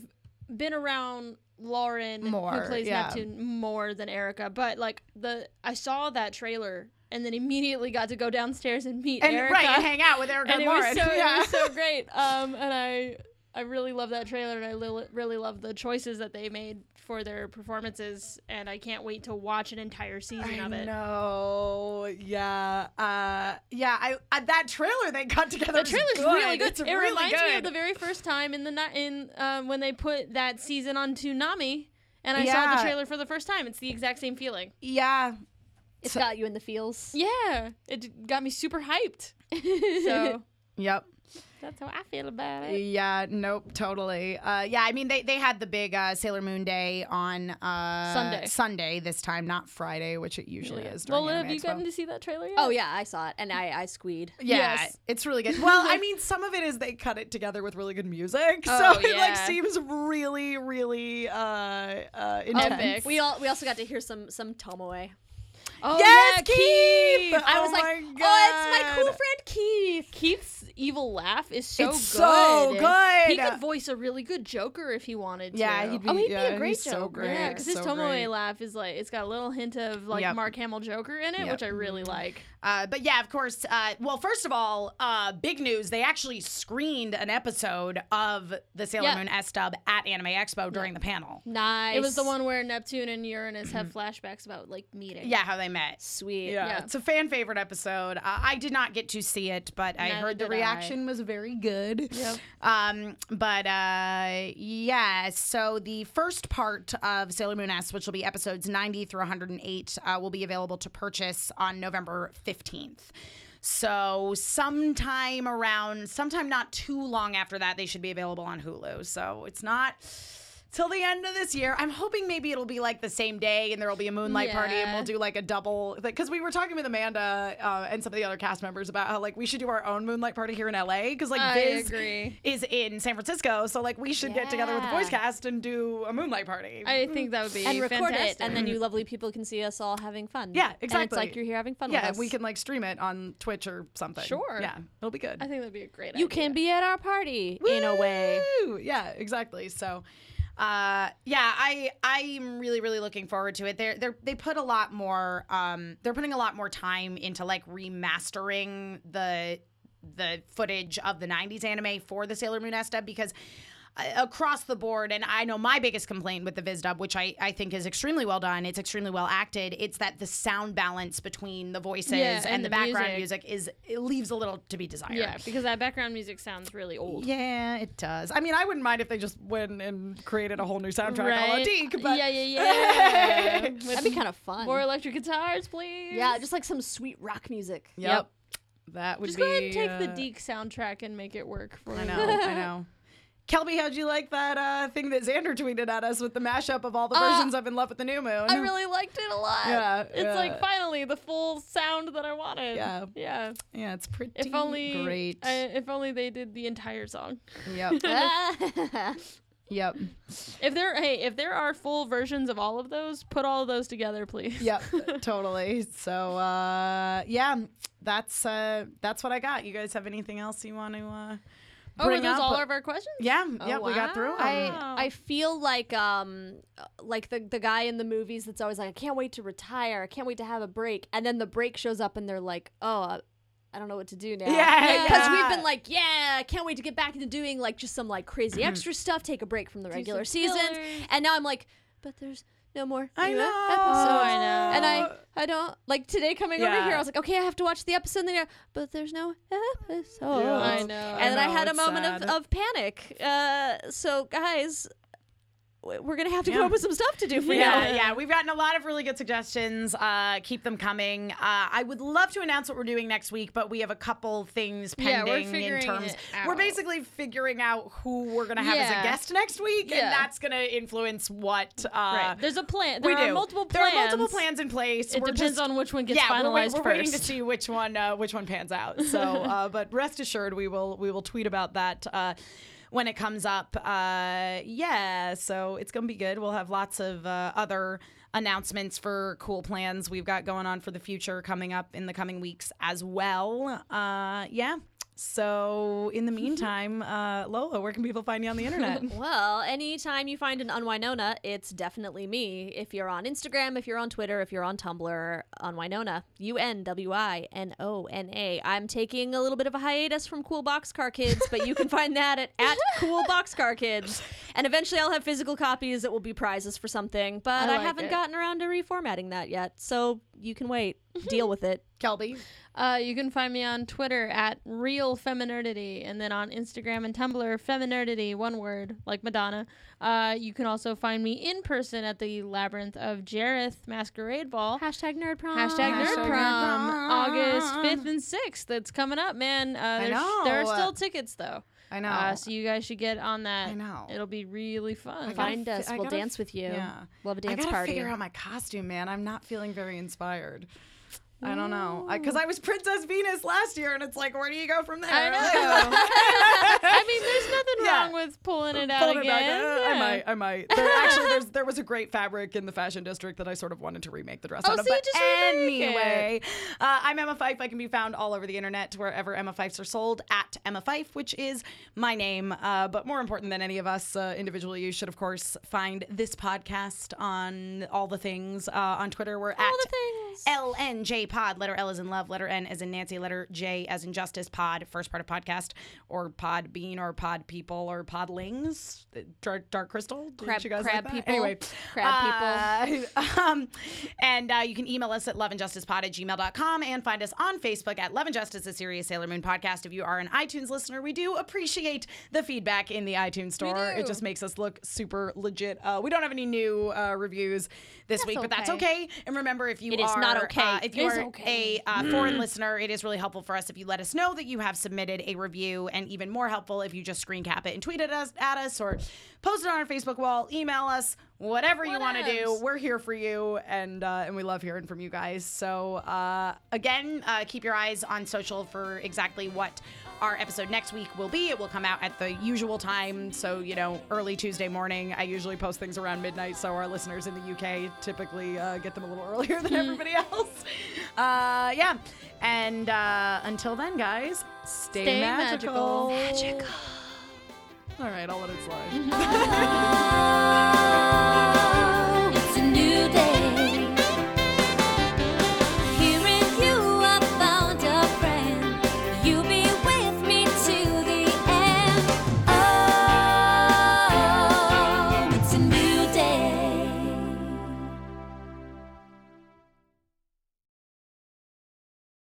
S3: been around Lauren
S5: More,
S3: who plays
S5: yeah.
S3: Neptune more than Erica, but like the I saw that trailer and then immediately got to go downstairs and meet
S5: and
S3: Erica.
S5: right and hang out with Erica
S3: and
S5: and,
S3: it
S5: Lauren
S3: was, so,
S5: yeah
S3: it was so great. Um, and I I really love that trailer, and I li- really love the choices that they made for their performances, and I can't wait to watch an entire season of
S5: I
S3: it.
S5: know. Yeah. Uh, yeah. I, I that trailer they got together.
S3: The
S5: is
S3: trailer's
S5: good.
S3: really good.
S5: It's
S3: it
S5: really
S3: reminds me
S5: good.
S3: of the very first time in the ni- in um, when they put that season onto Nami, and I saw
S5: Yeah.
S3: the trailer for the first time. It's the exact same feeling.
S5: yeah.
S4: It's got you in the feels.
S3: Yeah, it d- got me super hyped.
S7: So
S5: Yep.
S3: That's how I feel about it.
S5: Yeah. Nope. Totally. Uh, yeah. I mean, they they had the big uh, Sailor Moon Day on uh,
S3: Sunday.
S5: Sunday this time, not Friday, which it usually is. during
S3: Lola, have
S5: Anime
S3: you
S5: Expo.
S3: gotten to see that trailer yet?
S4: Oh yeah, I saw it and I I squeed.
S5: Yeah,
S3: Yes.
S5: it's really good.
S1: Well, I mean, some of it is they cut it together with really good music, so
S3: Oh,
S1: it like
S3: yeah.
S1: seems really, really uh, uh, intense.
S3: Epic.
S4: We all we also got to hear some some Tomoe.
S3: Oh,
S1: Yes,
S3: yeah,
S1: Keith!
S4: I
S1: Oh
S4: was like,
S1: my
S4: oh, it's my cool
S1: God.
S4: friend Keith.
S3: Keith's evil laugh is so
S1: It's
S3: good.
S1: so good.
S3: He could voice a really good Joker if he wanted to.
S5: Yeah, he'd be-
S3: oh, he'd
S1: yeah,
S3: be a great
S1: he's so
S3: Joker.
S1: great.
S3: Yeah, because his
S1: So
S3: Tomoe
S1: great.
S3: laugh is like it's got a little hint of like
S5: Yep.
S3: Mark Hamill Joker in it,
S5: Yep.
S3: which I really
S4: Mm-hmm.
S3: like.
S5: Uh, but yeah, of course. Uh, well, first of all, uh, big news. They actually screened an episode of the Sailor
S3: Yeah. Mm-hmm.
S5: Moon S dub at Anime Expo during the panel.
S4: Nice.
S3: It was the one where Neptune and Uranus have flashbacks about like meeting.
S5: Yeah, how they met.
S4: Sweet.
S1: Yeah,
S3: Yeah.
S5: It's a fan favorite episode. Uh, I did not get to see it, but I
S3: Neither
S5: heard the
S3: did I.
S5: reaction was very good.
S3: Yep.
S5: Um, but uh, yeah, so the first part of Sailor Moon S, which will be episodes 90 through 108, uh, will be available to purchase on November 15th. So sometime around, sometime not too long after that, they should be available on Hulu. So it's not. Till the end of this year, I'm hoping maybe it'll be like the same day, and there will be a moonlight party, and
S3: Yeah.
S5: we'll do like a double. Because we were talking with Amanda uh, and some of the other cast members about how like we should do our own moonlight party here in LA. Because like
S3: I
S5: Viz
S3: agree.
S5: is in San Francisco, so like we should get together with the
S3: Yeah.
S5: voice cast and do a moonlight party.
S3: I think that would be
S4: And record it,
S3: fantastic.
S4: and then you lovely people can see us all having fun.
S5: Yeah,
S4: And it's
S5: exactly.
S4: like you're here having fun
S5: yeah,
S4: with
S5: and
S4: us.
S5: we can like stream it on Twitch or something.
S3: Sure.
S5: Yeah, it'll be good.
S3: I think that'd be a great.
S4: You
S3: idea.
S4: can be at our party in a way.
S5: Woo! Yeah, exactly. So, uh, yeah, I I'm really really looking forward to it. They're they are they put a lot more um they're putting a lot more time into like remastering the the footage of the 90s anime for the Sailor Moon S dub because uh, across the board and I know my biggest complaint with the Viz dub which I, I think is extremely well done it's extremely well acted it's that the sound balance between the voices
S3: Yeah,
S5: and,
S3: and
S5: the,
S3: the
S5: background music,
S3: music.
S5: is it leaves a little to be desired
S3: Yeah, because that background music sounds really old.
S5: yeah, it does. I mean, I wouldn't mind if they just went and created a whole new soundtrack a la
S3: Right?
S5: Deke, but
S3: yeah, yeah, yeah. With
S4: That'd be kind of fun.
S3: more electric guitars, please.
S4: yeah, just like some sweet rock music.
S5: Yep. That would
S3: Just
S5: be.
S3: go ahead and take the
S5: uh,
S3: Deke soundtrack and make it work for
S5: I
S3: me.
S5: know, I know. Kelby, how'd you like that uh, thing that Xander tweeted at us with the mashup of
S3: Uh,
S5: all the versions of In Love with the New Moon?
S4: I really liked it a lot.
S5: Yeah.
S3: It's
S5: yeah,
S3: like finally the full sound that I wanted.
S5: Yeah.
S3: Yeah.
S5: Yeah, it's pretty
S3: If only
S5: great.
S3: I, if only they did the entire song.
S5: yep.
S4: Ah.
S5: Yep.
S3: If there hey, if there are full versions of all of those, put all of those together, please.
S5: Yep. totally. So, uh, yeah, that's uh, that's what I got. You guys have anything else you want to uh,
S3: Oh,
S5: bring
S3: were those
S5: up?
S3: all of our questions?
S5: Yeah, yeah, we got through. 'em.
S4: I I
S5: Uh-huh.
S4: feel like um like the the guy in the movies that's always like I can't wait to retire, I can't wait to have a break, and then the break shows up and they're like, oh, uh, I don't know what to do now.
S5: Yeah,
S4: because
S5: yeah.
S4: we've been like, yeah, I can't wait to get back into doing like just some like crazy
S5: Mm-hmm.
S4: extra stuff, take a break from the regular seasons,
S3: fillers.
S4: and now I'm like, but there's no more.
S5: I
S4: new e-"
S5: know.
S4: episodes."
S3: I know.
S4: And I, I don't like today coming
S5: Yeah.
S4: over here. I was like, okay, I have to watch the episode. And then, I- but there's no episode.
S5: Yeah.
S3: I know.
S4: and then I
S5: know,
S4: had a
S5: it's
S4: moment of,
S5: sad.
S4: of panic. Uh, so guys, w- we're gonna have to
S5: Yeah.
S4: come up with some stuff to do for
S5: yeah,
S4: you.
S5: yeah, we've gotten a lot of really good suggestions. Uh, keep them coming. Uh, I would love to announce what we're doing next week, but we have a couple things
S3: Yeah, we're
S5: pending in
S3: figuring
S5: terms.
S3: it
S5: We're
S3: out.
S5: basically figuring out who we're gonna have as a
S3: Yeah.
S5: guest next week, and
S3: Yeah.
S5: that's gonna influence what. Uh,
S3: right. There's a plan.
S5: we
S3: There are
S5: do.
S3: multiple
S5: There
S3: plans.
S5: are multiple plans in place.
S3: It
S5: we're
S3: depends
S5: just,
S3: on which one gets
S5: yeah, we're, wait-
S3: finalized
S5: we're
S3: first.
S5: waiting to see which one uh, which one pans out. So, uh, but rest assured, we will we will tweet about that uh, when it comes up. Uh, yeah, so it's gonna be good. We'll have lots of uh, other announcements for cool plans we've got going on for the future coming up in the coming weeks as well. Uh, yeah. So in the meantime, uh, Lola, where can people find you on the internet?
S4: Well, anytime you find an unwinona, it's definitely me. If you're on Instagram, if you're on Twitter, if you're on Tumblr, unwinona, U N W I N O N A. I'm taking a little bit of a hiatus from Cool Boxcar Kids, but you can find that at, at Cool Boxcar Kids. And eventually I'll have physical copies that will be prizes for something, but I,
S3: like
S4: haven't
S3: it.
S4: gotten around to reformatting that yet, so you can wait. Deal with it.
S5: Kelby.
S3: Uh, you can find me on Twitter at real feminerdity, and then on Instagram and Tumblr, feminerdity, one word, like Madonna. Uh, you can also find me in person at the Labyrinth of Jareth Masquerade Ball.
S4: Hashtag nerd prom.
S3: Hashtag Nerd
S5: Hashtag
S3: Prom,
S5: Nerd Prom.
S3: August 5th and 6th. That's coming up, man. Uh, there's, There are
S5: know.
S3: still tickets, though.
S5: I know.
S3: Uh, so you guys should get on that.
S5: I know.
S3: It'll be really fun.
S5: gotta
S4: Find
S5: fi-
S4: us.
S5: I
S4: We'll
S5: gotta
S4: dance
S5: f-
S4: with you.
S5: yeah.
S4: We'll have a
S5: I
S4: dance
S5: gotta
S4: party.
S5: figure out my costume, man. I'm not feeling very inspired. I don't know, because I, was Princess Venus last year, and it's like, where do you go from there?
S3: I know. I mean, there's nothing
S5: Yeah.
S3: wrong with pulling it out
S5: Folded back,
S3: again.
S5: uh, I
S3: Yeah.
S5: might, I might. There, actually, there's, there was a great fabric in the fashion district that I sort of wanted to remake the dress
S3: Oh,
S5: out of.
S3: so you
S5: but
S3: just remake it.
S5: anyway, uh, I'm Emma Fife. I can be found all over the internet wherever Emma Fifes are sold at Emma Fife, which is my name. Uh, but more important than any of us uh, individually, you should of course find this podcast on all the things uh, on Twitter. We're at LNJ Pod. Letter L is in love. Letter N is in Nancy. Letter J as in justice. Pod, first part of podcast, or pod bean, or pod people, or podlings. Dark, dark crystal. Did
S4: Crab-
S5: you guys
S4: crab
S5: like that?
S4: people.
S5: Anyway, uh,
S4: Crab
S5: people. um, and uh, you can email us at loveandjusticepod at gmail.com and find us on Facebook at Love and Justice, a serious Sailor Moon podcast. If you are an iTunes listener, we do appreciate the feedback in the iTunes store. It just makes us look super legit. Uh, we don't have any new uh, reviews this week, but that's okay. And remember, if you
S4: It
S5: are
S4: is not okay.
S5: uh, if you
S4: It is
S5: are
S4: okay.
S5: a uh, foreign listener, it is really helpful for us if you let us know that you have submitted a review, and even more helpful if you just screen cap it and tweet it us, at us or post it on our Facebook wall, email us, whatever you want to do. We're here for you, and uh, and we love hearing from you guys. So uh, again, uh, keep your eyes on social for exactly what our episode next week will be. It will come out at the usual time, so you know early Tuesday morning. I usually post things around midnight, so our listeners in the UK typically uh, get them a little earlier than everybody else. Uh, yeah, and uh, until then, guys, stay,
S3: Stay
S5: magical.
S3: magical.
S5: All right, I'll let it slide.
S8: Oh.